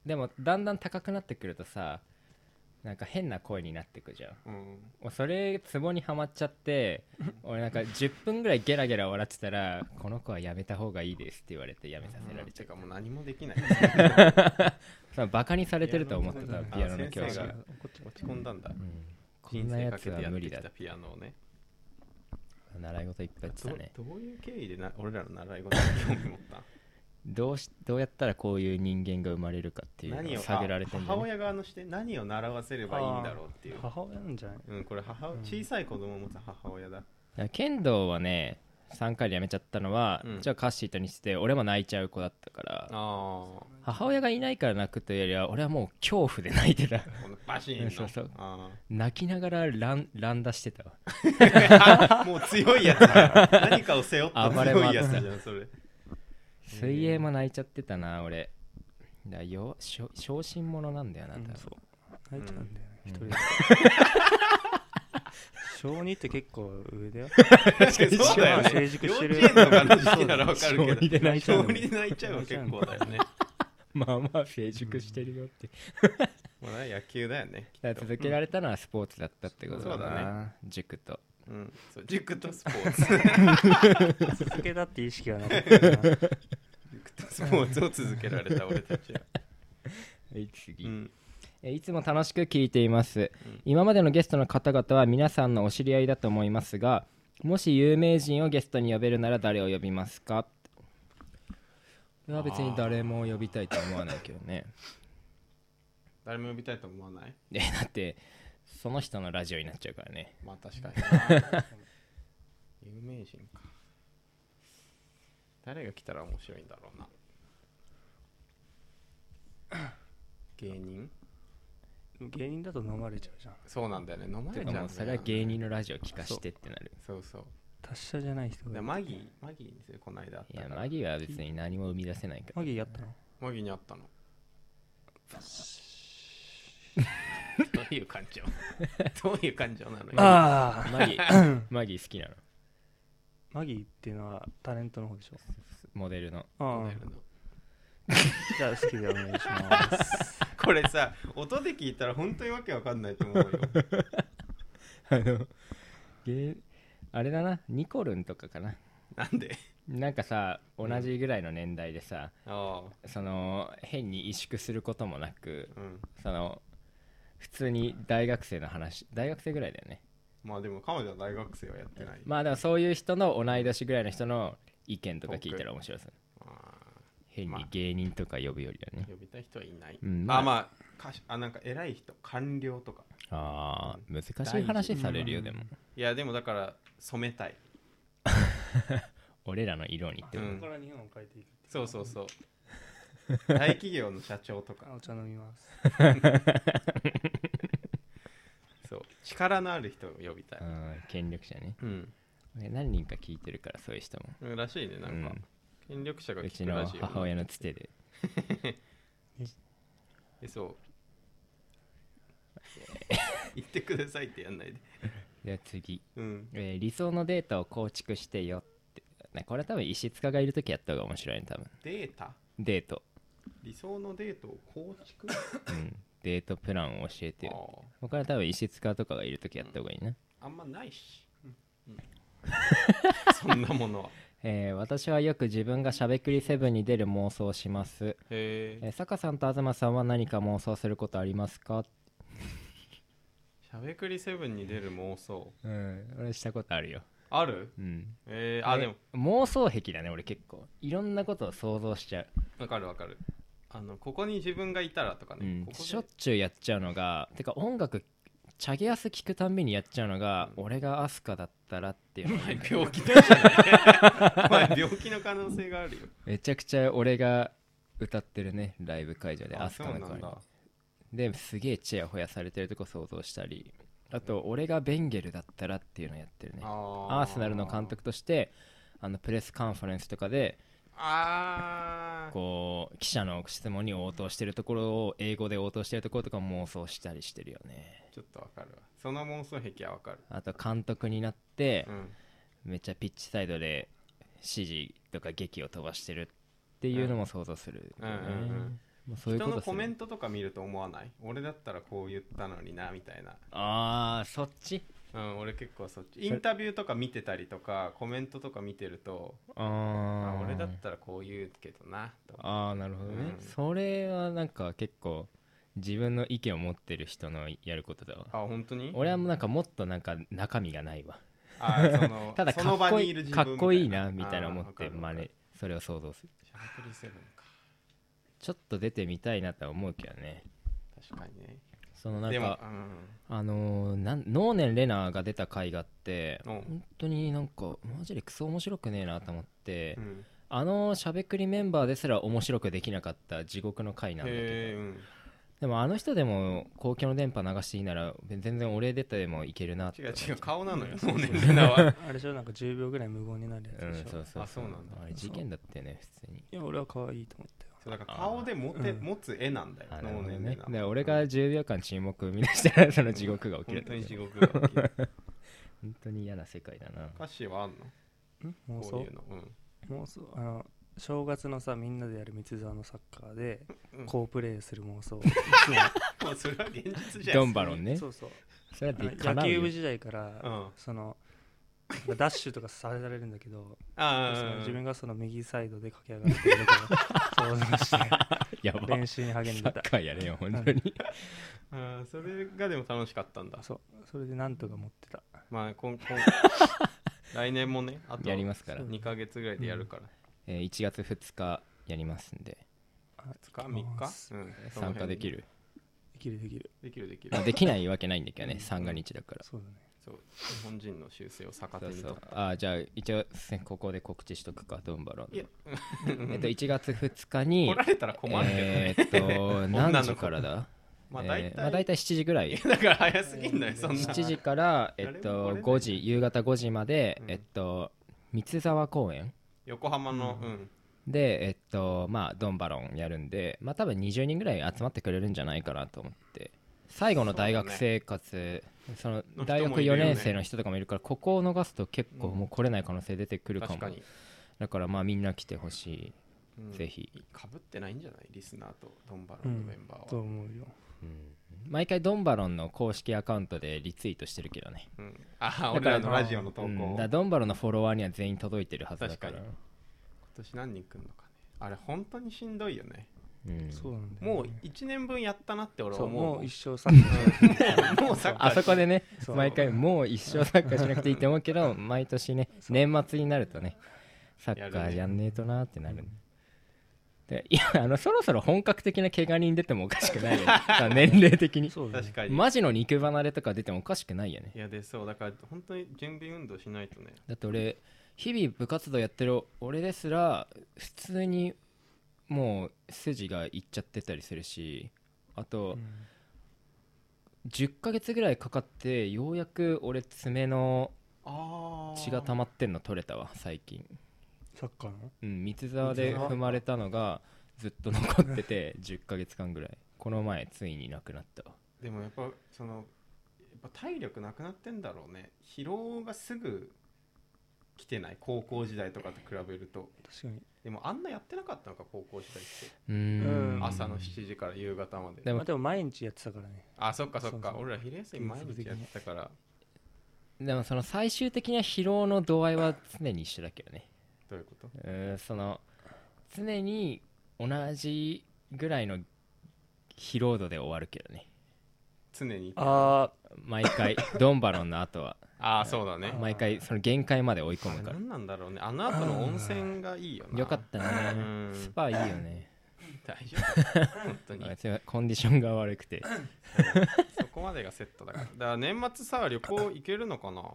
Speaker 1: うでもだんだん高くなってくるとさなんか変な声になってくじゃん
Speaker 3: うん
Speaker 1: もうそれツボにはまっちゃ
Speaker 3: <laughs>
Speaker 1: って俺なんか10分ぐらいゲラゲラ笑ってたら「この子はやめた方がいいです」って言われてやめさせられちゃ
Speaker 3: て
Speaker 1: う
Speaker 3: かもう何も
Speaker 1: <laughs>
Speaker 3: できない
Speaker 1: そのバカにされてると思ってた
Speaker 3: あ
Speaker 1: ピアノの教
Speaker 3: 先
Speaker 1: 師
Speaker 3: 生
Speaker 1: が
Speaker 3: が、
Speaker 2: 怒っちゃう
Speaker 3: 落ち込んだんだ、
Speaker 1: うんこ
Speaker 3: 人
Speaker 1: んな
Speaker 3: 生
Speaker 1: や
Speaker 3: か
Speaker 1: つ
Speaker 3: けて
Speaker 1: は
Speaker 3: やっ
Speaker 1: 無
Speaker 3: て
Speaker 1: 理
Speaker 3: き
Speaker 1: だ
Speaker 3: たピアノをね
Speaker 1: 習い事いっぱいやってたね
Speaker 3: どどういう経緯でな俺らの習い事に興味持ったっ
Speaker 1: どうしどうやったらこういう人間が生まれるかっていう
Speaker 3: 何
Speaker 1: の
Speaker 3: を
Speaker 1: を探られて
Speaker 3: あ
Speaker 1: んだ
Speaker 3: 母
Speaker 1: よね
Speaker 3: 親側の視点何を習わせればいいんだろうっていう、
Speaker 2: 母親なんじゃない
Speaker 3: うん、これ母
Speaker 2: うん
Speaker 3: 小さい子供を持つ母親だ
Speaker 1: だから剣道はね3回でやめちゃったのは、
Speaker 3: うん
Speaker 1: じゃあカッシーとにして俺も泣いちゃう子だったから
Speaker 3: ああ
Speaker 1: 母親がいないから泣くというよりは俺はもう恐怖で泣いてた <laughs>
Speaker 3: このバシーンの
Speaker 1: そうそう
Speaker 3: あ
Speaker 1: 泣きながら乱乱打してたわ
Speaker 3: ー <laughs> もう強いやつだ何かを背負った
Speaker 1: 暴れ回
Speaker 3: 強
Speaker 1: っ
Speaker 3: い
Speaker 1: て
Speaker 3: や
Speaker 1: た
Speaker 3: つじゃんそれ
Speaker 1: 水泳も泣いちゃってたな俺だからよしょ小心者なんだよな、多分
Speaker 2: うんそう泣いちゃうんだよね
Speaker 1: うん
Speaker 2: 一人
Speaker 1: <laughs>
Speaker 2: で小二って結構
Speaker 1: <laughs>
Speaker 2: 上だよ
Speaker 3: <laughs> そうだよね
Speaker 2: まあ成熟してる
Speaker 3: 幼稚園とかの時期ならわ <laughs> か
Speaker 1: 小
Speaker 3: るけ
Speaker 1: 児
Speaker 3: ど
Speaker 1: で泣いちゃう
Speaker 3: 小
Speaker 1: の
Speaker 3: 児で泣いちゃうは結構だよね
Speaker 1: <laughs> まあまあ成熟してるよって、
Speaker 3: まあ野球だよねきっと
Speaker 1: だから続けられたのはスポーツだったってことだな、
Speaker 3: そうだ
Speaker 1: 塾と
Speaker 3: うんそう塾とスポ <laughs> ーツ
Speaker 2: 続けたって意識はなかったな
Speaker 3: 塾とスポーツを続けられた俺たちは
Speaker 1: はい次、
Speaker 3: うん
Speaker 1: えいつも楽しく聞いています、
Speaker 3: うん
Speaker 1: 今までのゲストの方々は皆さんのお知り合いだと思いますがもし有名人をゲストに呼べるなら誰を呼びますかいや別に誰も呼びたいとは思わないけどね <laughs>
Speaker 3: 誰も呼びたいと思わない
Speaker 1: えだってその人のラジオになっちゃうからね
Speaker 3: まあ確かにな <laughs> 有名人か誰が来たら面白いんだろうな <coughs> 芸人
Speaker 2: でも芸人だと飲まれちゃうじゃん
Speaker 3: そうなんだよね飲ま
Speaker 1: て
Speaker 3: れちゃ
Speaker 1: か
Speaker 3: うんだ
Speaker 1: も
Speaker 3: よ
Speaker 1: う
Speaker 3: ね
Speaker 1: それは芸人のラジオ聞かしてってなる
Speaker 3: そうそう
Speaker 2: 達者じゃない人
Speaker 3: で
Speaker 2: が
Speaker 3: マギーマギーにするこの間あっ
Speaker 1: い
Speaker 3: た
Speaker 1: や
Speaker 3: から
Speaker 1: マギは別に何も生み出せないから
Speaker 2: マギーやったの
Speaker 3: うマギに
Speaker 1: <laughs>
Speaker 3: あったのどういう感情
Speaker 1: <laughs>
Speaker 3: どういう感情なのよ
Speaker 2: ああ
Speaker 1: マギーマギー好きなの
Speaker 2: マギーっていうのはタレントの方でしょ
Speaker 1: モデルの
Speaker 2: あ
Speaker 3: モ
Speaker 2: あ
Speaker 3: デルの
Speaker 2: じゃあ好きでお願いします
Speaker 3: これさ音で聞いたら本当にわけわかんないと思うよ
Speaker 1: <laughs> あのゲーあれだなニコルンとかかな
Speaker 3: なんで
Speaker 1: なんかさ同じぐらいの年代でさ、
Speaker 3: あ
Speaker 1: その変に萎縮することもなく
Speaker 3: あうん
Speaker 1: その普通に大学生の話大学生ぐらいだよね
Speaker 3: まあでも彼女は大学生はやってない、
Speaker 1: まあでもそういう人の同い年ぐらいの人の意見とか聞いたら面白そう
Speaker 3: ああ
Speaker 1: 変
Speaker 3: ま
Speaker 1: に
Speaker 3: あ
Speaker 1: 芸人とか呼ぶよりだね、
Speaker 3: 呼びたい人はいない、
Speaker 1: うん
Speaker 3: まあ、
Speaker 1: ま
Speaker 3: まあかしあなんか偉い人官僚とか
Speaker 1: ああー難しい話されるよ
Speaker 2: うん
Speaker 1: でも
Speaker 3: いやでもだから染めたい
Speaker 1: 俺らの色にって
Speaker 3: う
Speaker 1: こ
Speaker 3: ん
Speaker 2: ここから日本を変えていく
Speaker 3: そうそうそう大企業の社長とか
Speaker 2: あお茶飲
Speaker 1: <laughs>
Speaker 2: みます
Speaker 3: そう力のある人を呼びたい
Speaker 1: と、うん権力者ね
Speaker 3: うん、
Speaker 1: 俺何人か聞いてるからそういう人も
Speaker 3: らしいねなんか、
Speaker 1: うん
Speaker 3: 権力者が
Speaker 1: う
Speaker 3: 聞
Speaker 1: ち
Speaker 3: く
Speaker 1: の
Speaker 3: らしいよ
Speaker 1: 母親のつてで
Speaker 3: えそう <laughs> 言ってくださいってやんないで
Speaker 1: では次、
Speaker 3: うん
Speaker 1: えー理想のデータを構築してよって、ね、これは多分石塚がいる時やった方が面白いね多分
Speaker 3: データ
Speaker 1: デート、
Speaker 3: 理想のデートを構築
Speaker 1: うん、デートプランを教えて
Speaker 3: あ
Speaker 1: よ僕は多分石塚とかがいる時やった方がいいな、
Speaker 3: ーあんまないし、うん <laughs> そんなものは
Speaker 1: えー私はよく自分がしゃべくり7に出る妄想をします、
Speaker 3: へ
Speaker 1: え
Speaker 3: え
Speaker 1: ー、坂さんと東さんは何か妄想することありますか
Speaker 3: しゃべくりセブンに出る妄想
Speaker 1: うん俺したことあるよ
Speaker 3: ある
Speaker 1: うん
Speaker 3: えー、あでも
Speaker 1: 妄想癖だね俺結構いろんなことを想像しちゃう
Speaker 3: わかるわかるあのここに自分がいたらとかね、
Speaker 1: うん
Speaker 3: ここで
Speaker 1: しょっちゅうやっちゃうのがてか音楽チャゲアス聞くたんびにやっちゃうのが、俺がアスカだったらっていうのが
Speaker 3: お前病気だじゃないお前病気の可能性があるよ
Speaker 1: <laughs> めちゃくちゃ俺が歌ってるねライブ会場でアスカの代わ
Speaker 3: そう
Speaker 1: りに
Speaker 3: なんだ
Speaker 1: ですげえチヤホヤされてるとこ想像したりあと俺がベンゲルだったらっていうのやってるね
Speaker 3: あ
Speaker 1: アーセナルの監督としてあのプレスカンファレンスとかで
Speaker 3: あー
Speaker 1: こう記者の質問に応答してるところを英語で応答してるところとか妄想したりしてるよね
Speaker 3: ちょっとわかるわその妄想癖はわかる
Speaker 1: あと監督になって、
Speaker 3: うん
Speaker 1: めっちゃピッチサイドで指示とか劇を飛ばしてるっていうのも想像するよね、
Speaker 3: うんうんうんうん
Speaker 1: もうそういうこ
Speaker 3: 人
Speaker 1: と
Speaker 3: のコメ
Speaker 1: ント
Speaker 3: ントとか見ると思わない俺だったらこう言ったのになみたいな
Speaker 1: ああそっち
Speaker 3: うん俺結構そっちインタビューとか見てたりとかコメントとか見てると
Speaker 1: あ
Speaker 3: あ
Speaker 1: ー
Speaker 3: 俺だったらこう言うけどなとか
Speaker 1: あーなるほどね、
Speaker 3: うん
Speaker 1: それはなんか結構自分の意見を持ってる人のやることだわ
Speaker 3: あ本当に
Speaker 1: 俺はもうなんかもっとなんか中身がないわ
Speaker 3: あその
Speaker 1: <laughs> ただ
Speaker 3: そ
Speaker 1: か
Speaker 3: の
Speaker 1: っ
Speaker 3: 場
Speaker 1: こ
Speaker 3: に
Speaker 1: い
Speaker 3: い
Speaker 1: い
Speaker 3: る自分
Speaker 1: かっこいいなみ
Speaker 3: あー
Speaker 1: たいな思っ
Speaker 3: わか
Speaker 1: て
Speaker 3: るわか
Speaker 1: 真
Speaker 3: る
Speaker 1: 似それを想像する
Speaker 3: しゃべくりセブンか
Speaker 1: ちょっと出てみたいなとは思うけどね
Speaker 3: 確かにね
Speaker 1: そのなん
Speaker 3: でも
Speaker 1: か、あのー、なん能年レナーが出た回があって
Speaker 3: うん
Speaker 1: 本当になんかマジでクソ面白くねえなと思って、
Speaker 3: うんうん
Speaker 1: あのしゃべくりメンバーですら面白くできなかった地獄の回なんだけ
Speaker 3: へ
Speaker 1: ど
Speaker 3: ーうん
Speaker 1: でもあの人でも公共の電波流していいなら全然俺出てでもいけるなって
Speaker 3: 違う違う顔なのよもうねみんな
Speaker 1: <laughs>
Speaker 3: は
Speaker 2: あれでしょなんか10秒ぐらい無言になる
Speaker 1: う
Speaker 2: や
Speaker 1: ん
Speaker 2: つ
Speaker 1: そ
Speaker 2: で
Speaker 1: う
Speaker 2: しょ、
Speaker 1: そう
Speaker 3: あそうなんだ
Speaker 1: あれ事件だってね普通に
Speaker 2: いや俺は可愛いと思ったよ
Speaker 3: そうだから顔で持て
Speaker 2: うん
Speaker 3: 持つ絵なんだよ
Speaker 1: あなる
Speaker 3: 脳
Speaker 1: ほど
Speaker 3: 年
Speaker 1: ね
Speaker 3: 齢
Speaker 1: だ
Speaker 3: な
Speaker 1: から俺が10秒間沈黙を生み出したらその地獄が起きる
Speaker 3: 本
Speaker 1: って
Speaker 3: 当
Speaker 1: こ
Speaker 3: に
Speaker 1: と
Speaker 3: 地
Speaker 1: ね
Speaker 3: 獄が起きる
Speaker 1: 本当に嫌な世界だな
Speaker 3: 歌詞はあんの
Speaker 2: ん
Speaker 3: こ
Speaker 2: 妄
Speaker 3: う
Speaker 2: 想
Speaker 3: いうのうん
Speaker 2: 妄想あの正月のさみんなでやる三つ沢のサッカーで
Speaker 3: うん
Speaker 2: こうプレーする妄想
Speaker 3: もうそれは現実じゃん
Speaker 1: ドンバロンね
Speaker 2: そうそう
Speaker 1: それは
Speaker 2: あ
Speaker 1: で
Speaker 2: の
Speaker 1: か
Speaker 2: 野
Speaker 1: なう
Speaker 2: 球
Speaker 1: よ
Speaker 2: 部時代から、
Speaker 3: うん
Speaker 2: そのなんかダッシュとかされられるんだけど
Speaker 3: あ
Speaker 2: その
Speaker 3: あ
Speaker 2: 自分がその右サイドで駆け上がってくるとを想
Speaker 1: <laughs>
Speaker 2: 像して
Speaker 1: やば
Speaker 2: 練習に励ん
Speaker 1: サ
Speaker 2: でた
Speaker 1: ッカーやれよ本当に
Speaker 3: あーそれがでも楽しかったんだ
Speaker 2: そうそれでなんとか持ってた
Speaker 3: まあ今
Speaker 1: <laughs>
Speaker 3: 今来年もねあと
Speaker 1: やりますから
Speaker 3: 2ヶ月ぐらいでやるから
Speaker 1: えー1月2日やりますんで
Speaker 3: 2日3
Speaker 2: あ
Speaker 3: 日う
Speaker 2: ー
Speaker 3: んその辺
Speaker 1: 参加できる
Speaker 2: できるできる
Speaker 3: できるできる
Speaker 1: まあできないわけないんだけど
Speaker 3: う
Speaker 1: ね
Speaker 3: ん
Speaker 1: 三が日だから
Speaker 2: そうだね
Speaker 3: そう日本人の習性を逆手
Speaker 1: そう
Speaker 3: に
Speaker 1: そ
Speaker 3: と
Speaker 1: うあーじゃあ一応せここで告知しとくかドンバロン
Speaker 3: いや
Speaker 1: えっと1月2日に
Speaker 3: 来られたら困るけどね
Speaker 1: えーっ
Speaker 3: <laughs>
Speaker 1: と
Speaker 3: 女の子
Speaker 1: 何時からだ
Speaker 3: まあ
Speaker 1: えー
Speaker 3: 大体
Speaker 1: まあ大体7時ぐらい
Speaker 3: だから早すぎんだよそんな
Speaker 1: 7時からえっ
Speaker 3: 誰も来れ
Speaker 1: と
Speaker 3: ない
Speaker 1: 5時夕方5時まで
Speaker 3: うん
Speaker 1: えっと三沢公園
Speaker 3: 横浜のうん
Speaker 1: でえっとまあドンバロンやるんでまあ多分20人ぐらい集まってくれるんじゃないかなと思って最後の大学生活そ,、の
Speaker 3: の人もいるよね
Speaker 1: 大学4年生の人とかもいるからここを逃すと結構もう来れない可能性出てくるかも、
Speaker 3: 確かに、
Speaker 1: だからまあみんな来てほし
Speaker 3: うん
Speaker 1: いぜひ、
Speaker 3: かぶってないんじゃないリスナーとドンバロンのメンバー
Speaker 2: と
Speaker 3: は、
Speaker 2: 思うよ
Speaker 1: 毎回ドンバロンの公式アカウントでリツイートしてるけどね
Speaker 3: うんああ
Speaker 1: だ
Speaker 3: 俺
Speaker 1: から
Speaker 3: らのラジオの投稿、
Speaker 1: うんだから
Speaker 3: 今
Speaker 1: ドンバロンのフォロワーには全員届いてるはずだから
Speaker 3: 確年何人来んのかねあれ本当にしんどいよね
Speaker 1: うん
Speaker 2: そうなんだよね
Speaker 3: もう1年分やったなって俺は
Speaker 2: そう
Speaker 3: 思う
Speaker 2: も
Speaker 3: も
Speaker 2: うん一生サッ
Speaker 3: <laughs>
Speaker 2: カ
Speaker 3: もうサッカ
Speaker 1: あ
Speaker 3: ー
Speaker 1: そこでね
Speaker 2: そう
Speaker 1: 毎回もう一生サッカーしなくていいと思うけ
Speaker 2: <laughs>
Speaker 1: ど毎年ね年末になるとねサッカーやんねえとなってなるんでいやあのそろそろ本格的な怪我人出てもおかしく
Speaker 2: <laughs>
Speaker 1: ないよねあ年齢的
Speaker 2: ー
Speaker 1: に
Speaker 2: そうだね
Speaker 3: 確かに、
Speaker 1: マジの肉離れとか出てもおかしくないよね
Speaker 3: いやでそうだから本当に準備運動しないとね
Speaker 1: だって俺日々部活動やってる俺ですら普通にもう筋がいっちゃってたりするしあと、
Speaker 2: うん
Speaker 1: 10ヶ月ぐらいかかってようやく俺爪の
Speaker 3: あ
Speaker 1: 血が溜まってんの取れたわ最近
Speaker 2: サッカーの
Speaker 1: うん三つ沢で踏まれたのがずっと残ってて10ヶ月間ぐらいこの前ついになくなったわ
Speaker 3: でもやっぱそのやっぱ体力なくなってんだろうね疲労がすぐ来てない高校時代とかと比べると
Speaker 2: 確かに
Speaker 3: でもあんなやってなかったのか高校時代って、
Speaker 1: うーん
Speaker 3: 朝の7時から夕方まで
Speaker 1: で
Speaker 2: ま
Speaker 1: も
Speaker 2: あでも毎日やってたからね
Speaker 3: あそっかそっか
Speaker 2: そうそう
Speaker 3: 俺ら昼休み毎日やってたから
Speaker 1: でもその最終的な疲労の度合いは常に一緒だけどね
Speaker 3: どういうこと
Speaker 1: うーんその常に同じぐらいの疲労度で終わるけどね
Speaker 3: 常に
Speaker 2: あ
Speaker 1: 毎 <laughs> 回ドンバロンの後は
Speaker 3: ああそうだね
Speaker 1: 毎回その限界まで追い込む
Speaker 3: あ
Speaker 1: か
Speaker 3: れ何なんだろうねあの後の温泉がいいよ
Speaker 1: ら
Speaker 3: な
Speaker 1: よかった
Speaker 3: う
Speaker 1: ね
Speaker 3: ん
Speaker 1: スパいいよね
Speaker 3: 大丈夫本当
Speaker 1: <laughs>
Speaker 3: に
Speaker 1: あすいませんコンディションが悪くて
Speaker 3: そこまでがセットだからだから年末さ旅行行けるのかな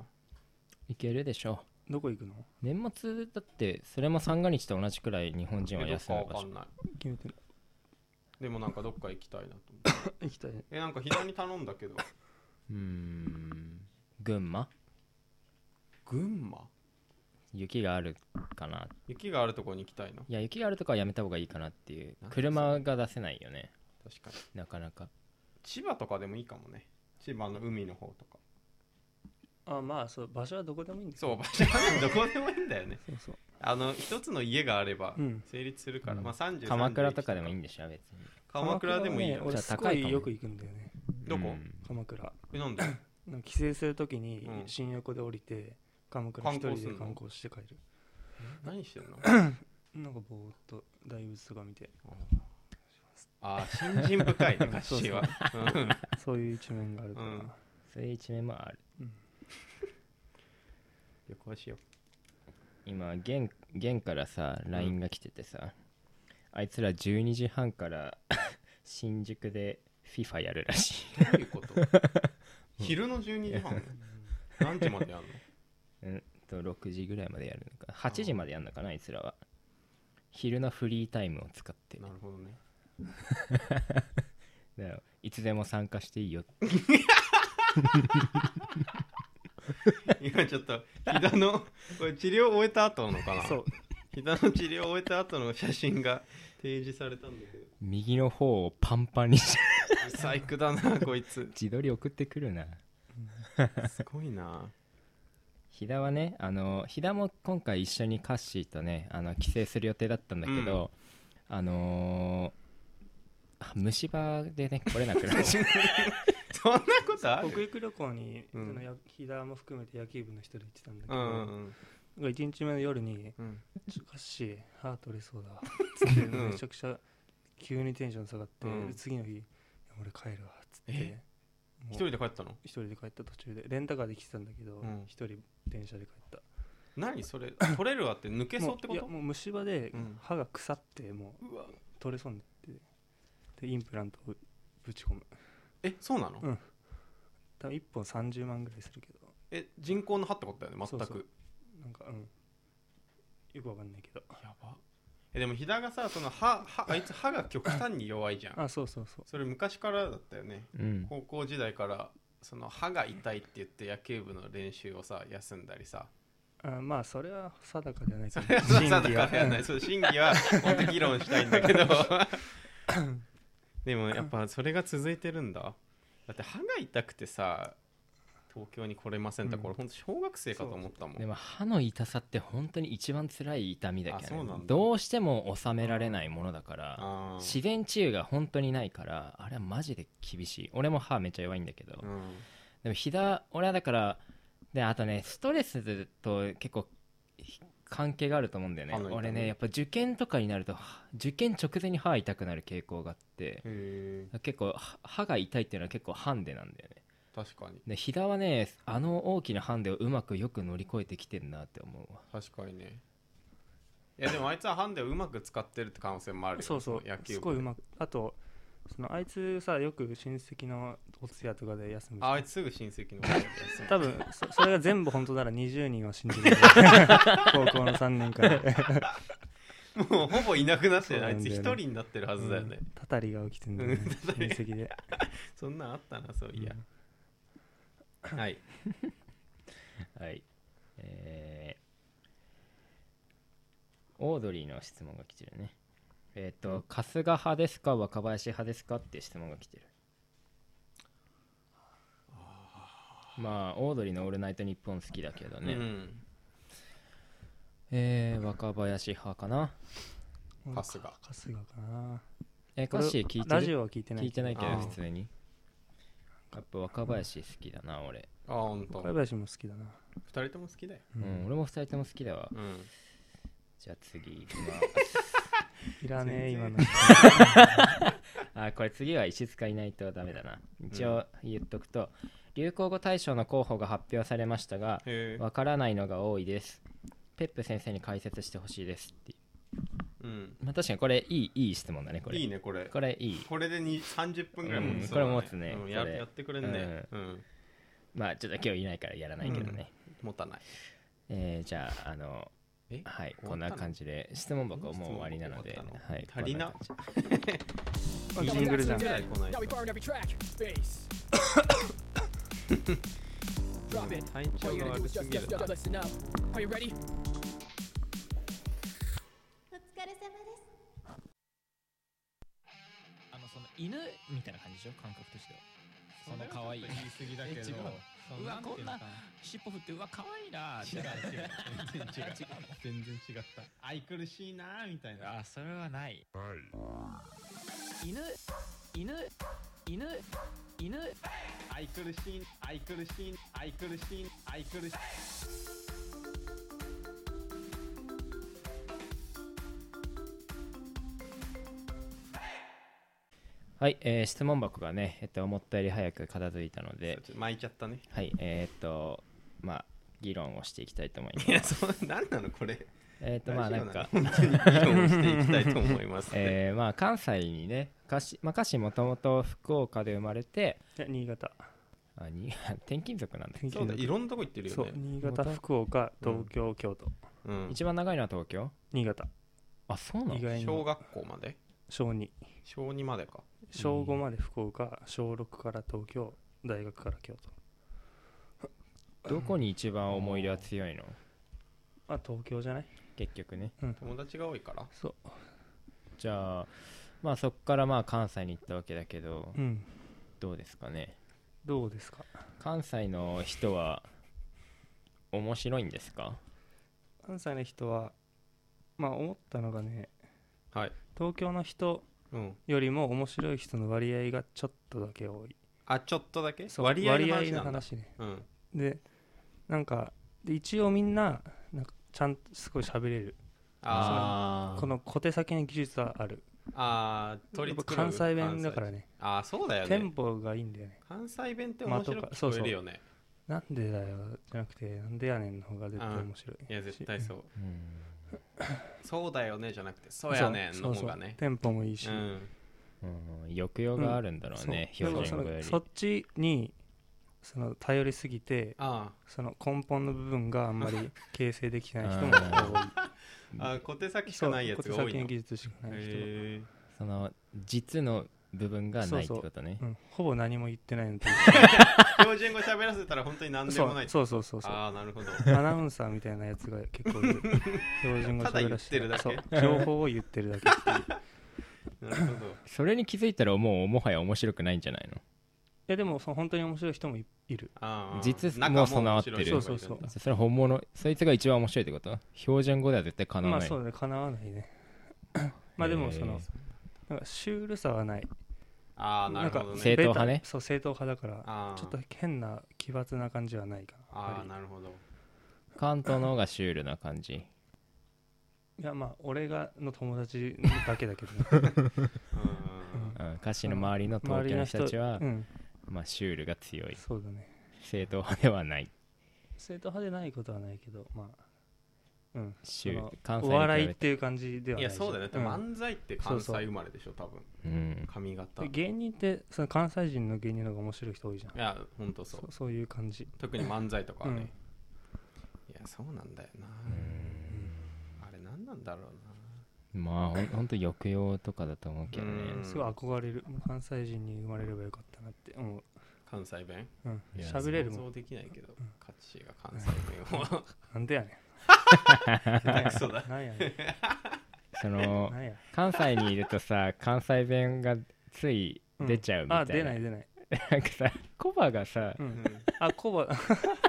Speaker 3: い
Speaker 1: けるでしょ
Speaker 2: あどこ行くの
Speaker 1: う年末だってそれも三が日と同じくらい日本人は
Speaker 3: どっ
Speaker 1: 休
Speaker 3: か
Speaker 1: む
Speaker 3: わ
Speaker 1: 場
Speaker 3: か
Speaker 1: 所
Speaker 3: んない
Speaker 2: 決めてる
Speaker 3: でもなんかどっか行きたいなと思って
Speaker 2: 行きたいね
Speaker 3: えなんか膝に頼んだけど
Speaker 1: うーん群馬
Speaker 3: 群馬
Speaker 1: 雪があるかな
Speaker 3: 雪があるとこに行きたいない
Speaker 1: や雪があるとかはやめた方がいいかなっていう
Speaker 3: なんか
Speaker 1: 車が出せないよね
Speaker 3: 確かに
Speaker 1: なかなか
Speaker 3: 千葉とかでもいいかもね千葉の海の方とか
Speaker 2: あまあそう場所はどこでもいいんです
Speaker 3: そう場所はねどこでもいいんだよね
Speaker 2: そうそう
Speaker 3: あの一つの家があれば
Speaker 2: うん
Speaker 3: 成立するから、
Speaker 1: うん
Speaker 3: まあ30
Speaker 1: 鎌倉とかでもいい
Speaker 3: い
Speaker 1: んでしょ別に
Speaker 3: 鎌倉でもいい
Speaker 2: 鎌
Speaker 3: よ、
Speaker 2: 倉はね俺
Speaker 1: じゃ
Speaker 2: す
Speaker 1: あ高
Speaker 2: ご
Speaker 1: いかも
Speaker 2: いよく行くんだよね
Speaker 3: どこ
Speaker 1: うん
Speaker 2: 鎌倉
Speaker 3: えなんで
Speaker 2: なんか帰省するときに
Speaker 3: うん
Speaker 2: 新横で降りて鎌倉一人で観
Speaker 3: 観
Speaker 2: 光して帰る
Speaker 3: 何してんの
Speaker 2: なんかぼーっと大仏とか見て
Speaker 3: ああ信心深いね歌詞はうん
Speaker 2: そういう一面があるから、
Speaker 3: うん
Speaker 1: そういう一面もある
Speaker 3: 旅行しよ
Speaker 1: 今玄玄からさ LINE が来ててさ、あいつら12時半から <laughs> 新宿で FIFA やるらし
Speaker 3: うどういうこと昼の12時半何時までやんの
Speaker 1: いうんと6時ぐらいまでやるのか8時までやるのかなあいつらは昼のフリータイムを使って
Speaker 3: なるほどね
Speaker 1: だからいつでも参加していいよ
Speaker 3: 今ちょっと膝のこれ治療終えた後のかな
Speaker 2: そう
Speaker 3: 膝の治療を終えた後の写真が提示されたんだけど
Speaker 1: 右の方をパンパンにして <laughs>
Speaker 3: 細工だなこいつ
Speaker 1: 自撮り送ってくるな
Speaker 3: すごいな
Speaker 1: 飛田はねあの飛田も今回一緒にカッシーとねあの帰省する予定だったんだけど、あのーあ虫歯でね来れなく
Speaker 3: <laughs>
Speaker 1: なっちゃう
Speaker 3: そんなことあ
Speaker 2: 北
Speaker 3: る
Speaker 2: 陸旅行に、
Speaker 3: うん
Speaker 2: そのや飛騨も含めて野球部の人で行ってたんだけ
Speaker 3: う
Speaker 2: ど、
Speaker 3: んうん
Speaker 2: なんか1日目の夜に
Speaker 3: うん
Speaker 2: 「ちょっとカッシー歯取れそうだわ」つって
Speaker 3: うん
Speaker 2: めちゃくちゃ急にテンション下がって、
Speaker 3: うん
Speaker 2: 次の日いや「俺帰るわ」っつって
Speaker 3: え
Speaker 2: もう
Speaker 3: 一人で帰ったの
Speaker 2: 一人で帰った途中でレンタカーで来てたんだけど
Speaker 3: うん
Speaker 2: 一、人電車で帰った
Speaker 3: 何それ取れるわって抜けそうってこ
Speaker 2: もういや
Speaker 3: と
Speaker 2: もう虫歯で
Speaker 3: うん
Speaker 2: 歯が腐ってもう
Speaker 3: うわ
Speaker 2: 取れそうになってでインプラントをぶち込む
Speaker 3: えそうなの
Speaker 2: うん多分1本30万ぐらいするけど
Speaker 3: え人工の歯ってことだよね全
Speaker 2: そうそ
Speaker 3: く
Speaker 2: うなんかうんよくわかんないけど
Speaker 3: やばえでもひだがさその歯歯あいつ歯が極端に弱いじゃん
Speaker 2: あそうそうそう
Speaker 3: それ昔からだったよね
Speaker 1: うん
Speaker 3: 高
Speaker 2: <laughs>
Speaker 3: 校時代からその歯が痛いって言って野球部の練習をさ休んだりさ
Speaker 2: あまあそれは定かじゃないです
Speaker 3: それは
Speaker 2: 真偽
Speaker 3: 定かではない。そう、真偽は本当議論したいんだけ
Speaker 2: <laughs>
Speaker 3: ど。でもやっぱそれが続いてるんだ。だって歯が痛くてさ、東京に来れませんって、
Speaker 2: うん
Speaker 3: これ本当小学生かと思ったもん。
Speaker 1: でも歯の痛さって本当に一番辛い痛みだけ
Speaker 3: あそ
Speaker 1: ど、
Speaker 3: うな
Speaker 1: ね
Speaker 3: ん、だ
Speaker 1: どうしても収められないものだから
Speaker 3: あー
Speaker 1: 自然治癒が本当にないからあれはマジで厳しい俺も歯めっちゃ弱いんだけど、
Speaker 3: うん
Speaker 1: でも膝俺はだからであとねストレスと結構ひ関係があると思うんだよね
Speaker 3: 歯の痛み
Speaker 1: 俺ねやっぱ受験とかになるとは受験直前に歯痛くなる傾向があって
Speaker 3: へえ、
Speaker 1: 結構は歯が痛いっていうのは結構ハンデなんだよね
Speaker 3: 確かに。
Speaker 1: で膝はねあの大きなハンデをうまくよく乗り越えてきてんなって思うわ
Speaker 3: 確かにね。いやでもあいつはハンデをうまく使ってるって可能性もあるよ
Speaker 2: そうそう
Speaker 3: 野球部
Speaker 2: すごいうまくあとそのあいつさよく親戚のお通夜とかで休むじゃん
Speaker 3: あいつすぐ親戚の方だよ
Speaker 2: 多
Speaker 3: <laughs>
Speaker 2: 分そそれが全部本当なら20人は信じる高校の3年間で
Speaker 3: もうほぼいなくなってるあいつ
Speaker 2: そう
Speaker 3: 一
Speaker 2: なん
Speaker 3: 人
Speaker 2: だよね
Speaker 3: になってるはずだよね、
Speaker 2: たたりが起きてんだよ
Speaker 3: う
Speaker 2: ね
Speaker 3: <laughs> ん
Speaker 2: 親戚で
Speaker 3: そんなんあったなそういや、はい
Speaker 1: はいえー、オードリーの質問が来てるねえっ、と春日派ですか若林派ですかって質問が来てるまあオードリーの「オールナイトニッポン」好きだけどね、
Speaker 3: うん
Speaker 1: えー、若林派かな
Speaker 3: 春日
Speaker 2: 春日かな
Speaker 1: え歌詞聞い
Speaker 2: ラ
Speaker 1: て
Speaker 2: ジ
Speaker 1: る
Speaker 2: オは聞いてない
Speaker 1: 聞いてないけ
Speaker 3: あ
Speaker 1: ど
Speaker 3: ー
Speaker 1: 普通にやっぱ若林好きだな俺、
Speaker 3: あほんと
Speaker 2: 小林も好きだな
Speaker 3: 2人とも好きだよ
Speaker 1: うん俺も二人とも好きだわ
Speaker 3: うん
Speaker 1: じゃあ次いきます
Speaker 2: いらねえ
Speaker 3: 全
Speaker 2: 今
Speaker 3: 然
Speaker 2: の
Speaker 1: あこれ次は石塚いないとダメだな一
Speaker 3: う
Speaker 1: 応
Speaker 3: ん
Speaker 1: 言っとくと、流行語大賞の候補が発表されましたが
Speaker 3: へえ
Speaker 1: わからないのが多いですペップ先生に解説してほしいですってい
Speaker 3: うん
Speaker 1: うまあ確かにこれいいいい質問だねこれ
Speaker 3: いいねこれ
Speaker 1: これいい
Speaker 3: これでに30分ぐらい持つ、
Speaker 1: うんこれ持つね
Speaker 3: うんや
Speaker 1: これ
Speaker 3: やってくれんねうん、
Speaker 1: まあちょっと今日いないからやらないけどね、
Speaker 3: 持たない
Speaker 1: えーじゃああの
Speaker 3: え
Speaker 1: はい
Speaker 3: 終わ
Speaker 1: こ
Speaker 3: っ
Speaker 1: ん
Speaker 3: たの
Speaker 1: な感じで質問箱
Speaker 3: こんな
Speaker 1: もう
Speaker 3: 質問
Speaker 1: 終
Speaker 3: 箱
Speaker 1: わりなので
Speaker 3: 終わったの
Speaker 1: はい
Speaker 3: 足りな
Speaker 1: こん感
Speaker 2: あジングルじゃん
Speaker 3: ぐらい来ないと
Speaker 4: Drop it.
Speaker 3: 体調
Speaker 4: All you
Speaker 3: が
Speaker 4: gotta do
Speaker 3: 悪
Speaker 4: is
Speaker 3: す
Speaker 4: just,
Speaker 3: ぎる
Speaker 4: just,
Speaker 3: な
Speaker 4: just listen up. Are you ready?
Speaker 5: お疲れ様です。
Speaker 1: じあのその犬みたいな感じでしょ感覚としてはその可愛い
Speaker 3: 言い過ぎだけど
Speaker 1: え違う
Speaker 3: その
Speaker 1: うわ
Speaker 3: んていうのか
Speaker 1: 尻尾振ってうわ可愛いな
Speaker 3: 違う違う全然違う全然違った愛くるしいなーみたいな
Speaker 1: あそれはない、犬犬犬犬
Speaker 3: 愛くるしい愛くるしい愛くるしい愛くるしい
Speaker 1: はい、えー質問箱がね、えっと、思ったより早く片付いたので
Speaker 3: そうちょっと巻いちゃったね
Speaker 1: はいえーっとまあ議論をしていきたい <laughs> と思い
Speaker 3: い
Speaker 1: ま
Speaker 3: や
Speaker 1: す
Speaker 3: そう何なのこれ
Speaker 1: えーっとまあなんか
Speaker 3: ラジオなの本当に議論していきたいと思います、ね
Speaker 1: えーまあ関西にね歌詞まあ歌詞もともと福岡で生まれて
Speaker 2: いや新潟
Speaker 1: あに <laughs> 転勤族なんだ
Speaker 2: 天気
Speaker 3: そうだい
Speaker 2: の
Speaker 3: ろんなとこ行ってるよ
Speaker 2: そう
Speaker 3: ね
Speaker 2: 新潟福岡東京京都
Speaker 3: う、ん、
Speaker 1: 一番長いのは東京
Speaker 2: 新潟
Speaker 1: あそうな
Speaker 2: 意
Speaker 1: の
Speaker 2: 外に
Speaker 3: 小学校まで
Speaker 2: 小2
Speaker 3: 小2までか
Speaker 2: 小5まで福岡小6から東京大学から京都
Speaker 1: どこに一番思い入れは強いの
Speaker 2: あ東京じゃない
Speaker 1: 結局ね
Speaker 3: 友達が多いから
Speaker 2: そう
Speaker 1: じゃあまあそこからまあ関西に行ったわけだけど
Speaker 2: うん
Speaker 1: どうですかね
Speaker 2: どうですか
Speaker 1: 関西の人は面白いんですか
Speaker 2: 関西の人はまあ思ったのがね
Speaker 3: はい
Speaker 2: 東京の人
Speaker 3: うん
Speaker 2: よりも面白い人の割合がちょっとだけ多い
Speaker 3: あちょっとだけ
Speaker 2: そう
Speaker 3: 割合の話
Speaker 2: 割
Speaker 3: なんだ
Speaker 2: 話ね
Speaker 3: うん
Speaker 2: でなんかで一応みんななんかちゃんとすごい喋れる
Speaker 3: あ
Speaker 2: この小手先の技術はある
Speaker 3: ーあー取
Speaker 2: やっ
Speaker 3: り繕
Speaker 2: ぱ
Speaker 3: う
Speaker 2: 関西弁だからね
Speaker 3: ああそうだよ
Speaker 2: テ
Speaker 3: ね
Speaker 2: ンポがいいんだよね
Speaker 3: 関西弁って面白く
Speaker 2: 間とかそう
Speaker 3: 聞
Speaker 2: そ
Speaker 3: こ
Speaker 2: う
Speaker 3: えるよね
Speaker 2: なんでだよじゃなくてなんでやねんの方が絶対面白い
Speaker 3: いや絶対そう
Speaker 1: うん
Speaker 3: そうだよねじゃなくてそうやねんの方が
Speaker 2: そうそう
Speaker 3: ね
Speaker 2: テンポもいいし、
Speaker 3: うん
Speaker 1: うん抑揚があるんだろうね、
Speaker 2: そう
Speaker 1: 標準語
Speaker 2: で
Speaker 1: よ
Speaker 2: も
Speaker 1: り
Speaker 2: そのそっちにその頼りすぎて
Speaker 3: あ
Speaker 2: その根本の部分があん
Speaker 3: <laughs>
Speaker 2: まり形成できない人も
Speaker 1: あ
Speaker 3: ーあー小手先し
Speaker 2: そ
Speaker 3: か
Speaker 2: う
Speaker 3: ないやつが多
Speaker 2: 小手
Speaker 3: い
Speaker 2: 先
Speaker 3: の
Speaker 2: 技術しかない人
Speaker 3: へ
Speaker 1: その実の部分がないってことね
Speaker 2: うんほぼ何も言ってないのと
Speaker 3: 標準語喋らせたら本当に何で
Speaker 2: そ
Speaker 3: もな
Speaker 2: う
Speaker 3: い
Speaker 2: そうそうそうそう
Speaker 3: ああなるほど
Speaker 2: アナウンサーみたいなやつが結構いる標準語喋らせ
Speaker 3: ただ言 <laughs> ってる
Speaker 2: そう情報を言って
Speaker 3: <laughs>
Speaker 2: るだけっていうい
Speaker 3: なるほど
Speaker 1: それに気づいたらもうもはや面白くないんじゃない
Speaker 2: やでもそう本当に面白い人もいいる
Speaker 3: あー
Speaker 1: 実質
Speaker 3: 中
Speaker 1: もう備わってる
Speaker 3: 面白い人がい
Speaker 2: そうそ
Speaker 3: る
Speaker 2: う
Speaker 3: んだ
Speaker 1: のそれ本物そいつが一番面白いってこと標準語では絶対かなわ
Speaker 2: まあ
Speaker 1: ない、
Speaker 2: そうだねかなわない
Speaker 1: <coughs>
Speaker 2: ねまあでもそのなんかシュールさはない
Speaker 3: ああなるほど
Speaker 2: なんか
Speaker 1: 正統
Speaker 3: ね
Speaker 1: 派ね
Speaker 2: ベタそう正統派だから
Speaker 3: あー
Speaker 2: ちょっと変な奇抜な感じはないかなや
Speaker 3: あ
Speaker 2: っぱ
Speaker 3: あ
Speaker 2: り
Speaker 3: なるほど
Speaker 1: 関東の方がシュールな感じ
Speaker 2: いやまあ俺がの友達だけだけどね
Speaker 1: <laughs>
Speaker 3: うん
Speaker 1: うん歌詞の周りの東京の人たちは、
Speaker 2: うん
Speaker 1: まあ、シュールが強い
Speaker 2: そうだね
Speaker 1: 正統派ではない
Speaker 2: 正統派でないことはないけどまあうん
Speaker 1: シュー
Speaker 2: その
Speaker 1: ル関西に
Speaker 2: お
Speaker 1: 比べ
Speaker 2: 笑いっていう感じではいな
Speaker 3: や
Speaker 2: いじゃん
Speaker 3: そうだよね、
Speaker 2: ん
Speaker 3: 漫才って関西生まれでしょ多分
Speaker 1: うん、
Speaker 3: 髪型
Speaker 2: で
Speaker 3: い
Speaker 2: 芸人ってその関西人の芸人の方が面白い人多いじゃん
Speaker 3: やほんとそ
Speaker 2: そううそういう感じ
Speaker 3: 特に漫才とかはね、いやそうなんだよなあれ何なんだろ
Speaker 1: まあほんほんと抑揚とかだと思うけどね
Speaker 3: うん
Speaker 2: すごい憧れるもう関西人に生まれればよかったなって思う
Speaker 3: うな関西弁
Speaker 2: うん
Speaker 1: いや
Speaker 2: 喋れるも
Speaker 3: 想
Speaker 2: ん
Speaker 3: 像できないけどカッチーが関西弁を
Speaker 2: なんでやね
Speaker 3: 下手くそだ
Speaker 2: んなんや
Speaker 1: <laughs>
Speaker 2: ね
Speaker 1: その
Speaker 2: んなんや
Speaker 1: 関西にいるとさ関西弁がつい出ちゃうみたいな、
Speaker 2: あ出ない出ない、
Speaker 1: なんかさコバがさ
Speaker 2: う、
Speaker 3: うんん
Speaker 2: あコバ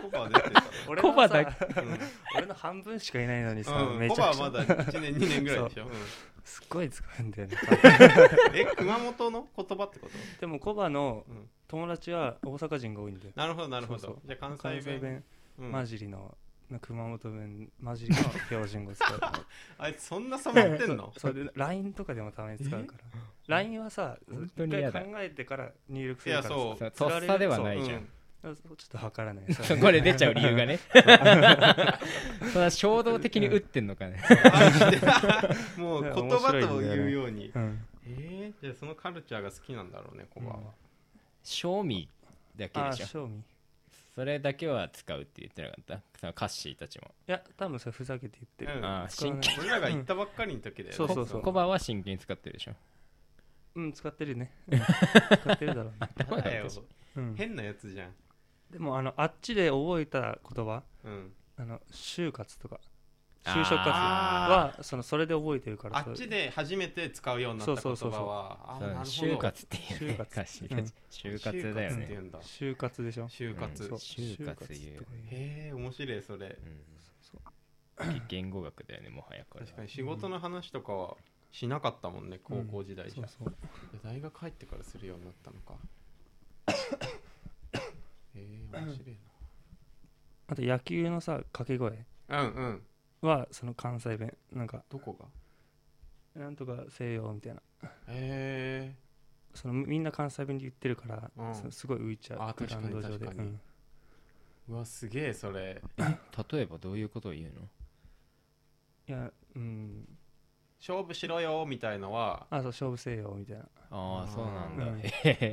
Speaker 3: コバは出てた
Speaker 2: <laughs> 俺
Speaker 1: コバ
Speaker 2: の
Speaker 1: だ
Speaker 2: さ
Speaker 3: ね
Speaker 2: 俺の半分しかいないのにさ、
Speaker 3: うん
Speaker 2: め
Speaker 3: コ
Speaker 2: ち
Speaker 3: バ
Speaker 2: ゃ
Speaker 3: は
Speaker 2: くち
Speaker 3: ま
Speaker 2: ゃ
Speaker 3: だ1年2年ぐらいでしょ、うん
Speaker 2: すっごい使うんだよね
Speaker 3: え熊本の言葉ってこと
Speaker 2: <laughs> でもコバの
Speaker 3: うん
Speaker 2: 友達は大阪人が多いんだよ
Speaker 3: なるほどなるほど
Speaker 2: そうそう
Speaker 3: じゃあ関西弁
Speaker 2: 関西弁
Speaker 3: うん
Speaker 2: 混じりの、な熊本弁混じりの標準語
Speaker 3: <laughs>
Speaker 2: 使う
Speaker 3: あいつそんな染まってんの
Speaker 2: それで LINE とかでもたまに使うから LINE はさ
Speaker 1: 本当に嫌だ
Speaker 2: 一回考えてから入力するからさ
Speaker 3: いやそう
Speaker 1: さとっさではないじゃん、
Speaker 2: そうちょっとわか
Speaker 1: <laughs>
Speaker 2: らないそ
Speaker 1: そ
Speaker 2: れ
Speaker 1: こで出ちゃう理由が
Speaker 2: <laughs>
Speaker 1: ねそんな衝動的に打ってんのかね
Speaker 3: うんもう言葉というように
Speaker 2: うん
Speaker 3: えー、じゃあそのカルチャーが好きなんだろうねコバは、
Speaker 1: 賞味だけ
Speaker 2: あ
Speaker 1: で
Speaker 2: あ
Speaker 1: しょ
Speaker 2: 賞味い
Speaker 1: それだけは使うって言ってなかったそのカッシーたちも、
Speaker 2: や多分それふざけて言ってる、
Speaker 3: うん
Speaker 1: ああ
Speaker 2: 使わ
Speaker 1: 真
Speaker 2: ない
Speaker 1: 剣
Speaker 3: 俺らが行ったばっかりの時だよね
Speaker 2: そうそうそう
Speaker 1: ココバは真剣に使ってるでしょ
Speaker 2: うん、使って
Speaker 1: <laughs>
Speaker 2: るね。うん使ってるだろうね。
Speaker 3: やだよ
Speaker 2: うん、
Speaker 3: 変なやつじゃん
Speaker 2: でもあの、あっちで覚えた言葉、
Speaker 3: うん
Speaker 2: あの就活とか、
Speaker 1: あ
Speaker 2: 就
Speaker 1: ー
Speaker 2: 職活はそのそれで覚えてるから、
Speaker 3: あっちで初めて使うようになった
Speaker 2: そう
Speaker 3: 言
Speaker 2: そうそうそ
Speaker 3: 葉
Speaker 2: う
Speaker 3: は
Speaker 1: そ
Speaker 3: あ
Speaker 1: う
Speaker 3: なるほど
Speaker 1: 就活っていうね
Speaker 2: 就活
Speaker 1: カッシーたち就活だよ
Speaker 3: 就活って言
Speaker 1: ね
Speaker 3: うんだ
Speaker 2: 就活でしょ。
Speaker 3: 就活、
Speaker 1: うん
Speaker 3: へ
Speaker 1: 就活言う
Speaker 2: 就活とか言う
Speaker 3: え面白いそれ
Speaker 1: うん言語学だよねもはやこれは
Speaker 3: 確かに仕事の話とかはしなかったもんね高校時代じゃ、
Speaker 2: そうそう。
Speaker 3: いや大学入ってからするようになったのかえー、面白い
Speaker 2: あと野球のさ、掛け声
Speaker 3: なうんうん
Speaker 2: はその関西弁、なんか、
Speaker 3: どこが
Speaker 2: なんとか西洋みたいな。
Speaker 3: へえ
Speaker 2: そのみんな関西弁で言ってるから、
Speaker 3: うん
Speaker 2: そのすごい浮いちゃう
Speaker 3: あ
Speaker 2: グ
Speaker 3: 確
Speaker 2: ラ
Speaker 3: かに
Speaker 2: ウンド上で、
Speaker 3: 確かに
Speaker 2: うん
Speaker 3: ー、うわすげえそれ
Speaker 1: 例えばどういうことを言うの
Speaker 2: いやうん
Speaker 3: 勝負しろよみたいのは
Speaker 2: あそう勝負西洋みたいな
Speaker 1: あ
Speaker 3: あ
Speaker 1: あ
Speaker 3: ー
Speaker 1: そうなんだ、
Speaker 2: うん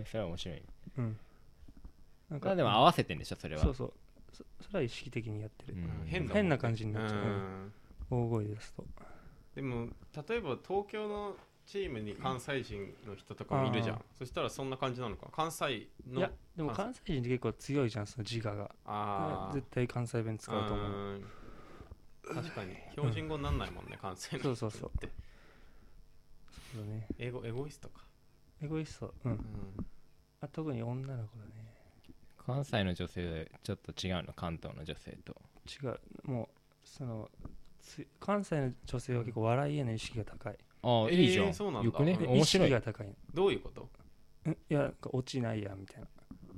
Speaker 1: それは面白い
Speaker 2: うんなん
Speaker 1: まあでも合わせてんでしょそれは
Speaker 2: そうそうそそれは意識的にやってる、
Speaker 1: うん
Speaker 3: 変だもんね
Speaker 2: 変な感じになっちゃう
Speaker 3: うん
Speaker 2: 大声出すと
Speaker 3: でも例えば東京のチームに関西人の人とかもいるじゃん、
Speaker 2: あー
Speaker 3: そしたらそんな感じなのか関西
Speaker 2: い
Speaker 3: の
Speaker 2: やでも関西人って結構強いじゃんその自我が
Speaker 3: ああ
Speaker 2: 絶対関西弁使うと思う
Speaker 3: 確かに標準語になんないもんね、関西の人って
Speaker 2: そうそうそうそうだね
Speaker 3: 英語エゴイストか、
Speaker 2: エゴイスト
Speaker 3: う
Speaker 2: う
Speaker 3: んん、
Speaker 2: あ特に女の子だね
Speaker 1: 関西の女性ちょっと違うの関東の女性と
Speaker 2: 違うもうそのつ関西の女性は結構笑いへの意識が高い、
Speaker 1: ああ
Speaker 3: えー
Speaker 1: いいじゃん,、
Speaker 3: そうなんだ
Speaker 1: よくね
Speaker 2: で
Speaker 1: 面白
Speaker 2: 意識
Speaker 1: い
Speaker 2: が高い
Speaker 3: どういうこと
Speaker 2: んいやなんか落ちないやみたいな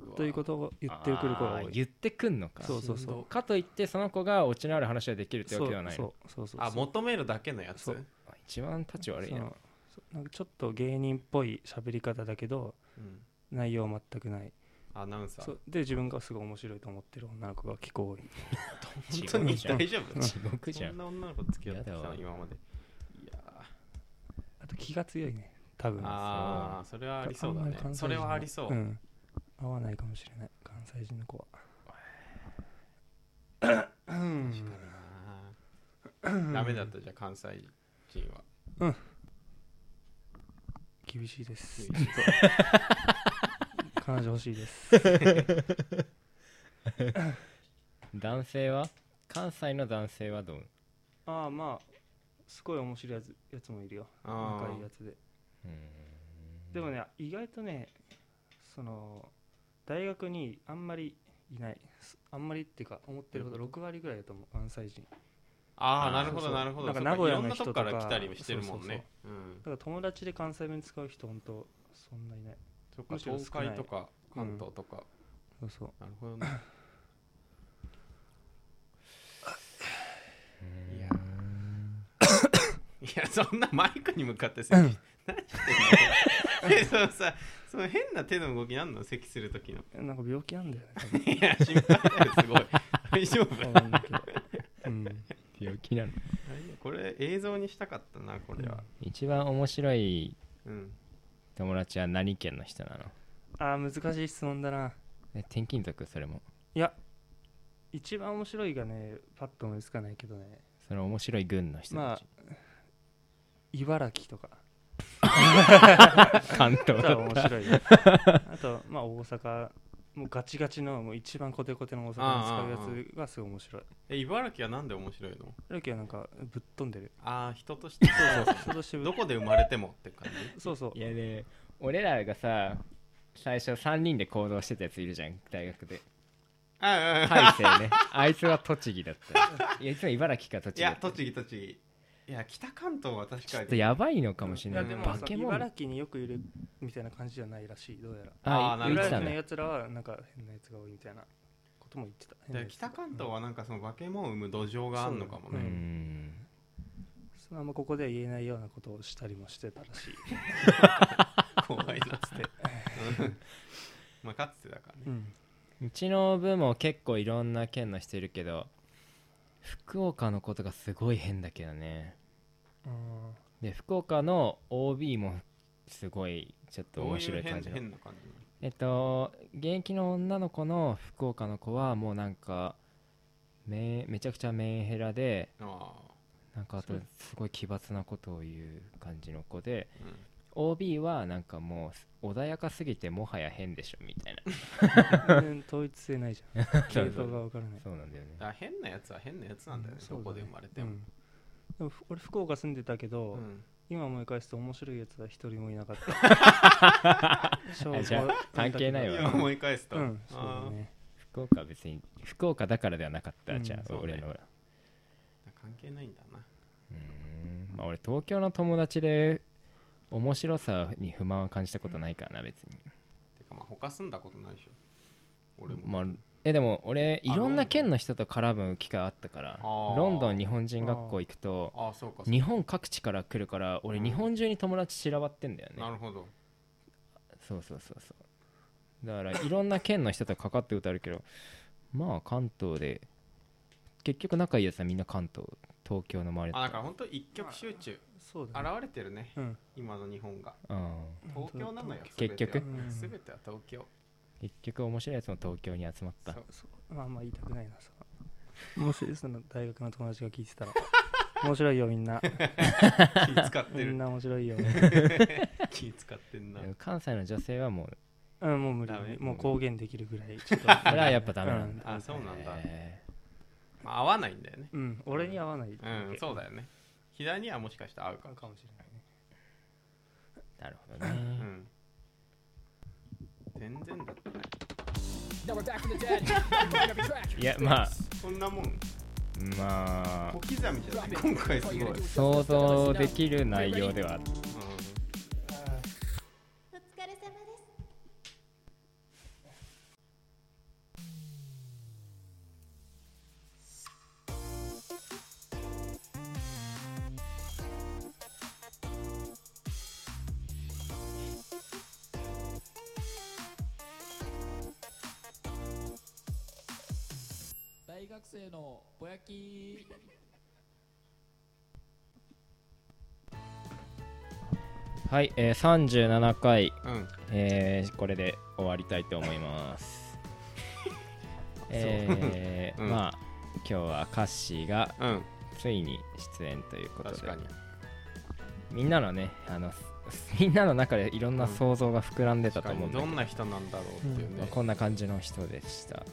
Speaker 3: うわ
Speaker 2: ということを言ってくる子が
Speaker 1: あ
Speaker 2: 多
Speaker 1: ー
Speaker 2: い
Speaker 1: 言ってくんのか
Speaker 2: そうそうそう
Speaker 1: かといってその子がオチのある話ができるって
Speaker 2: そ
Speaker 1: わ
Speaker 2: う
Speaker 1: けではない
Speaker 2: そう
Speaker 1: の
Speaker 2: そうそう
Speaker 3: あ求めるだけのやつ
Speaker 2: そううん
Speaker 1: 一番立ち悪い
Speaker 2: そ
Speaker 1: な
Speaker 2: のそうなんかちょっと芸人っぽい喋り方だけど内容全くない
Speaker 3: アナウンサー
Speaker 2: そうで自分がすごい面白いと思ってる女の子が結構多い
Speaker 3: 本当に
Speaker 1: 地獄
Speaker 3: 大丈
Speaker 1: じゃん
Speaker 3: 夫
Speaker 1: 地獄じ
Speaker 3: そ
Speaker 1: ゃん
Speaker 2: <laughs>
Speaker 3: んな女の子付き合ってき
Speaker 1: やだ
Speaker 3: たの
Speaker 1: わ
Speaker 3: 今までいやー
Speaker 2: あと気が強いね多分
Speaker 3: ああそれはありそうだ
Speaker 2: んま
Speaker 3: ね
Speaker 2: り関西人は
Speaker 3: それはありそう、
Speaker 2: ん、合わないかもしれない関西人の子は
Speaker 3: 確
Speaker 2: <laughs>
Speaker 3: かになダメだったじゃあ関西人は
Speaker 2: 厳しいです
Speaker 3: 厳しい
Speaker 2: ちょっと彼女欲しいです
Speaker 1: 男性は関西の男性はどう、
Speaker 2: <laughs> ああまあすごい面白いやつやつもいるよ
Speaker 3: あ
Speaker 2: 若いやつで
Speaker 1: うん
Speaker 2: でもね意外とねその大学にあんまりいないすあんまりっていうか思ってるほど6割ぐらいだと思う関西人だ
Speaker 3: ああ
Speaker 1: あー
Speaker 3: なるほど
Speaker 2: そうそう
Speaker 3: なるほど
Speaker 2: なんか
Speaker 3: そっか
Speaker 2: 名古屋
Speaker 3: いろん
Speaker 2: の
Speaker 3: な
Speaker 2: 人
Speaker 3: と
Speaker 2: と
Speaker 3: こ
Speaker 2: か
Speaker 3: から来たりしてるもんねうん
Speaker 2: から友達で関西弁使う人ほんとそんないない
Speaker 3: そっか
Speaker 2: むしろ
Speaker 3: 東
Speaker 2: 少ない
Speaker 3: 海とか関東とか
Speaker 2: そうそう
Speaker 3: なるほどねいや
Speaker 2: <laughs>
Speaker 3: いやそんなマイクに向かって咳何してんの <laughs> えそのさその変な手の動きなんの咳する時の
Speaker 2: えなんか病気なんだよね多 <laughs> 分
Speaker 3: いや心配だよすごい大丈夫
Speaker 2: わかんないけど、うん、
Speaker 1: 病気なの
Speaker 3: これ映像にしたかったなこれは
Speaker 1: 一番面白い
Speaker 3: うん
Speaker 1: 友達は何県の人なの
Speaker 2: ああ難しい質問だな
Speaker 1: え転勤族それも
Speaker 2: いや一番面白いがねパッと思いつかないけどね
Speaker 1: その面白い軍の人
Speaker 2: ま
Speaker 1: た
Speaker 2: あ
Speaker 1: ち、
Speaker 2: 茨城
Speaker 1: <laughs>
Speaker 2: とか
Speaker 1: 関
Speaker 2: <laughs>
Speaker 1: 東
Speaker 2: が面白いあとまあ大阪もうガチガチのもう一番コテコテの大阪に使うやつがすごい面白い
Speaker 3: え茨城はなんで面白いの
Speaker 2: 茨城はなんかぶっ飛んでる
Speaker 3: ああ人として
Speaker 2: そうそうそしてぶっ
Speaker 3: どこで生まれてもって感じ
Speaker 2: そうそう
Speaker 1: いやね俺らがさ最初3人で行動してたやついるじゃん大学で
Speaker 3: ああ
Speaker 1: 大勢ねあいつは栃木だったいやいつも茨城か栃木
Speaker 3: <laughs> い
Speaker 1: だ
Speaker 3: や
Speaker 1: った
Speaker 3: 栃木栃木いや北関東は確
Speaker 1: ちょ
Speaker 3: か
Speaker 1: っと
Speaker 3: に
Speaker 1: やばいのかもしれない
Speaker 2: やでも
Speaker 1: 化
Speaker 2: そ
Speaker 1: け
Speaker 2: の
Speaker 1: 物
Speaker 2: 茨城によくいるみたいな感じじゃないらしいどうやら
Speaker 1: あ
Speaker 3: あーなるほど
Speaker 1: 言って
Speaker 2: 茨
Speaker 1: た
Speaker 2: 城
Speaker 1: ん
Speaker 2: の
Speaker 1: だ
Speaker 2: やつらはなんか変なやつが多いみたいなことも言ってた変な
Speaker 3: で
Speaker 2: やつと
Speaker 3: 北
Speaker 2: か
Speaker 3: 関東はなんかその化け物を生む土壌があるのかも
Speaker 1: う
Speaker 3: ね
Speaker 1: ん
Speaker 2: そのあんまここでは言えないようなことをしたりもしてたらしい
Speaker 3: 怖いな
Speaker 2: つって
Speaker 3: うんまあかつてだからね
Speaker 2: うん
Speaker 1: うちの部も結構いろんな県の人いるけど福岡のことがすごい変だけどね
Speaker 2: うん
Speaker 1: で福岡の OB もすごいちょっと
Speaker 3: どう
Speaker 1: 面
Speaker 3: い
Speaker 1: 白
Speaker 3: う
Speaker 1: い感
Speaker 3: 変
Speaker 1: じの
Speaker 3: 変な感じなの
Speaker 1: えっと現役の女の子の福岡の子はもうなんかめめちゃくちゃメンヘラで
Speaker 3: ああ
Speaker 1: なんかあとすごい奇抜なことを言う感じの子で
Speaker 3: うん
Speaker 1: OB はなんかもう穏やかすぎてもはや変でしょみたいな
Speaker 3: <laughs>
Speaker 2: 全然統一性ないじ
Speaker 1: <laughs>
Speaker 2: ゃん系 <laughs> 統が分からない
Speaker 1: そうなんだよね
Speaker 3: だから変なやつは変なやつなんだよね
Speaker 2: そ
Speaker 3: ど
Speaker 2: うだね
Speaker 3: こで生まれて
Speaker 2: でも
Speaker 3: も
Speaker 2: でもふ俺福岡住んでたけど、
Speaker 3: うん
Speaker 2: 今思い返すと面白いやつは一人もいなかった
Speaker 3: <laughs>
Speaker 2: 小
Speaker 1: あじゃあ
Speaker 2: 小
Speaker 1: 関係ないわ
Speaker 3: 今思い返すと
Speaker 2: うんそう
Speaker 3: あ
Speaker 2: だ
Speaker 3: あ
Speaker 2: ね
Speaker 1: 福岡は別に福岡だからではなかった、
Speaker 2: うん
Speaker 1: じゃあ
Speaker 3: そうね
Speaker 1: 俺のう
Speaker 3: 関係ないんだな
Speaker 1: ーん、まあ、俺東京の友達で面白さに不満は感じたことないからな別に
Speaker 3: てかまあ他住んだことないでしょ俺も
Speaker 1: まあえでも俺いろん
Speaker 3: あロンド
Speaker 1: な
Speaker 3: ン
Speaker 1: 県の人と絡む機会あったから
Speaker 3: あー
Speaker 1: ロンドン日本人学校行くと
Speaker 3: ああそうかそう
Speaker 1: 日本各地から来るから俺
Speaker 3: うん
Speaker 1: 日本中に友達散らばってんだよね、
Speaker 3: なるほど
Speaker 1: そうそうそうそうだからいろんな県の人とかかって歌あるけどまあ関東で結局仲いいやつはみんな関東東京の周りだ
Speaker 3: あなん
Speaker 1: った
Speaker 3: か本当一極集中
Speaker 2: そうだね
Speaker 3: 現れてるね
Speaker 2: うん
Speaker 3: 今の日本が
Speaker 1: うん
Speaker 3: 東京なのよ
Speaker 1: 結局
Speaker 3: すべては東京
Speaker 1: 結局面白いやつも東京に集まった
Speaker 3: そう
Speaker 2: そうまああんま言いたくないなそのもしその大学の友達が聞いてたら面白いよみ
Speaker 3: <laughs>
Speaker 2: んな
Speaker 3: 気使って
Speaker 2: みん
Speaker 3: る
Speaker 2: <laughs> な面白
Speaker 3: <laughs>
Speaker 2: いよ
Speaker 3: 気使ってんな
Speaker 1: でも関西の女性はもう
Speaker 2: うんもう無
Speaker 3: ダメ
Speaker 2: 理もう公言できるぐらいちょっと
Speaker 1: それはやっぱダメなんだ、
Speaker 3: あそうなんだ
Speaker 1: え
Speaker 3: まあ合わないんだよね
Speaker 2: うん俺に合わないだけ
Speaker 3: うんそうだよね左にはもしかしたら合うか
Speaker 2: かもしれないね
Speaker 1: ーなるほどね
Speaker 3: うん全然だったね
Speaker 4: Now we're back from the dead. Back every track.
Speaker 1: いやまあ
Speaker 3: そんなもん
Speaker 1: まあ
Speaker 3: 小刻みじゃない今回すごいうん
Speaker 1: 想像できる内容ではあった
Speaker 5: お疲れ様です。
Speaker 4: 大学生のぼやき。
Speaker 1: はい、えー、37回、
Speaker 3: うん
Speaker 1: えーこれで終わりたいと思い
Speaker 3: <laughs>
Speaker 1: ますえー
Speaker 3: うん
Speaker 1: まあ今日はカッシーが
Speaker 3: うん
Speaker 1: ついに出演ということで
Speaker 3: 確かに
Speaker 1: みんなのねあの <laughs> みんなの中でいろんな想像が膨らんでた
Speaker 3: 確
Speaker 1: と思
Speaker 3: か
Speaker 1: う
Speaker 3: に
Speaker 1: んだ
Speaker 3: ど
Speaker 1: けど
Speaker 3: んな人なんだろうっていう
Speaker 1: まあ
Speaker 3: ね、
Speaker 1: こんな感じの人でした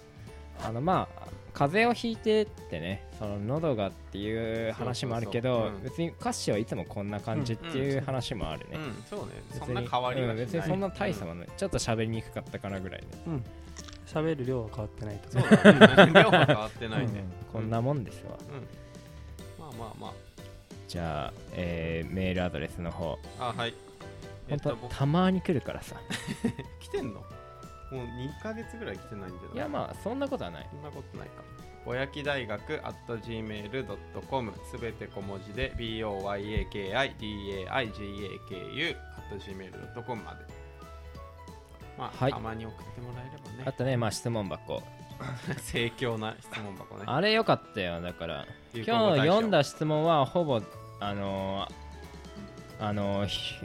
Speaker 1: あのまあ風邪をひいてってねその喉がっていう話もあるけ
Speaker 3: そう
Speaker 1: ど
Speaker 3: そうそううん
Speaker 1: 別に歌詞はいつもこんな感じっていう話もあるね
Speaker 3: うんそうね
Speaker 1: 別に
Speaker 3: そんな変わりはしな
Speaker 1: う
Speaker 3: い、
Speaker 1: ん別にそんな大差はないちょっと喋りにくかったからぐらいで
Speaker 2: 喋る量は変わってないと
Speaker 3: そうだね量は変わってないね、
Speaker 1: こんなもんですわ
Speaker 3: うんまあまあま
Speaker 1: じゃあ、えーメールアドレスの方
Speaker 3: ああはいえ
Speaker 1: 本
Speaker 3: っ
Speaker 1: 当、
Speaker 3: と僕
Speaker 1: たまに来るからさ
Speaker 3: 来てんのもう2ヶ月ぐらい来てないんじゃない
Speaker 1: いやまあそんなことはない
Speaker 3: そんなことないか。ぼやき大学 at gmail.com すべて小文字で boyakidaigakaU at gmail.com まで。まあ、
Speaker 1: はい
Speaker 3: たまに送ってもらえれば
Speaker 1: あ
Speaker 3: ね。
Speaker 1: とねまあ質問箱
Speaker 3: <laughs> 盛況な質問箱ね。
Speaker 1: あれよかったよだから
Speaker 3: 流行語
Speaker 1: 今
Speaker 3: 大賞
Speaker 1: 日読んだ質問はほぼあのーあのー <laughs> ひ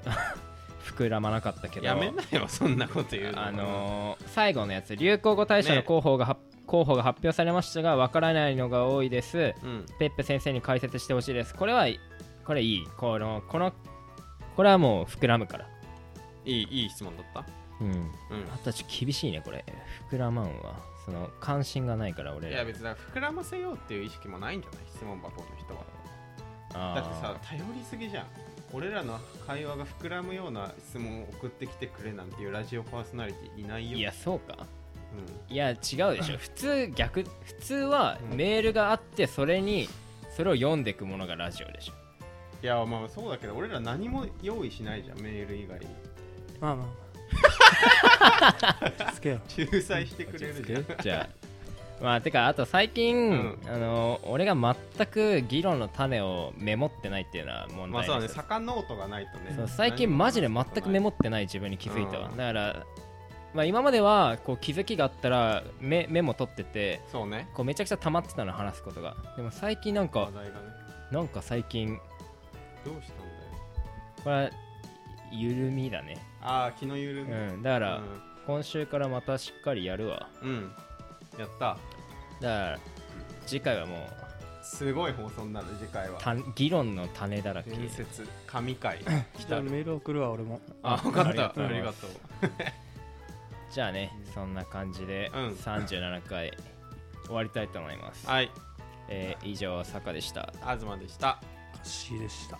Speaker 1: 膨らまなかったけど
Speaker 3: やめなよ、そんなこと言うの。
Speaker 1: あのー最後のやつ流行語大賞の
Speaker 3: ね
Speaker 1: 候補が、発候補が発表されましたがわからないのが多いです
Speaker 3: うん、
Speaker 1: ペップ先生に解説してほしいですこれはいこれいいこのこのこれはもう膨らむから
Speaker 3: いい、いい質問だった。
Speaker 1: うん
Speaker 3: うん。
Speaker 1: あとはちょっと厳しいねこれ膨らまんわその関心がないから俺
Speaker 3: い
Speaker 1: ら
Speaker 3: や、別にだから膨らませようっていう意識もないんじゃない質問箱の人は。
Speaker 1: あ
Speaker 3: だ
Speaker 1: ー
Speaker 3: ってさ頼りすぎじゃん俺らの会話が膨らむような質問を送ってきてくれなんていうラジオパーソナリティいないよ
Speaker 1: いやそうか
Speaker 3: う
Speaker 1: いや違うで
Speaker 3: <laughs>
Speaker 1: しょ普通逆普通はメールがあってそれにそれを読んでいくものがラジオでしょ
Speaker 3: ん、いやまあそうだけど俺ら何も用意しないじゃんメール以外に
Speaker 2: まあまあまあ
Speaker 3: <laughs>
Speaker 2: 落ち着けよ
Speaker 3: 仲裁してくれるじゃん
Speaker 1: じゃあまあてかあと最近、
Speaker 3: うん
Speaker 1: あの俺が全く議論の種をメモってないっていうのは問
Speaker 3: まあ
Speaker 1: 題
Speaker 3: そうだ
Speaker 1: で
Speaker 3: ね
Speaker 1: す、
Speaker 3: 坂ノートがないとね
Speaker 1: そう最近マジで全くメ
Speaker 3: モ
Speaker 1: モってない自分に気づいたわ、
Speaker 3: うん
Speaker 1: だから、まあ、今まではこう気づきがあったらメメモ取ってて
Speaker 3: そうね
Speaker 1: こうめちゃくちゃ溜まってたの話すことがでも最近なんか
Speaker 3: 話題がね
Speaker 1: なんか最近
Speaker 3: どうしたんだよ
Speaker 1: これは緩みだね
Speaker 3: ああ気の緩み
Speaker 1: うんだから、
Speaker 3: うん
Speaker 1: 今週からまたしっかりやるわ
Speaker 3: うんやった
Speaker 1: だから次回はもう
Speaker 3: すごい放送になる次回は
Speaker 1: た議論の種だらけ
Speaker 3: 伝説
Speaker 1: <laughs>
Speaker 3: 神回来
Speaker 2: じゃ
Speaker 3: た
Speaker 2: あメール送るわ俺も
Speaker 3: あ分か
Speaker 1: あ
Speaker 3: っ
Speaker 1: りが
Speaker 3: た
Speaker 1: とう
Speaker 3: ありがとう
Speaker 1: じゃあねそんな感じで
Speaker 3: うん
Speaker 1: 37回終わりたいと思います、
Speaker 3: はい
Speaker 1: えー以上坂でした
Speaker 3: 東でした
Speaker 2: おかしいでした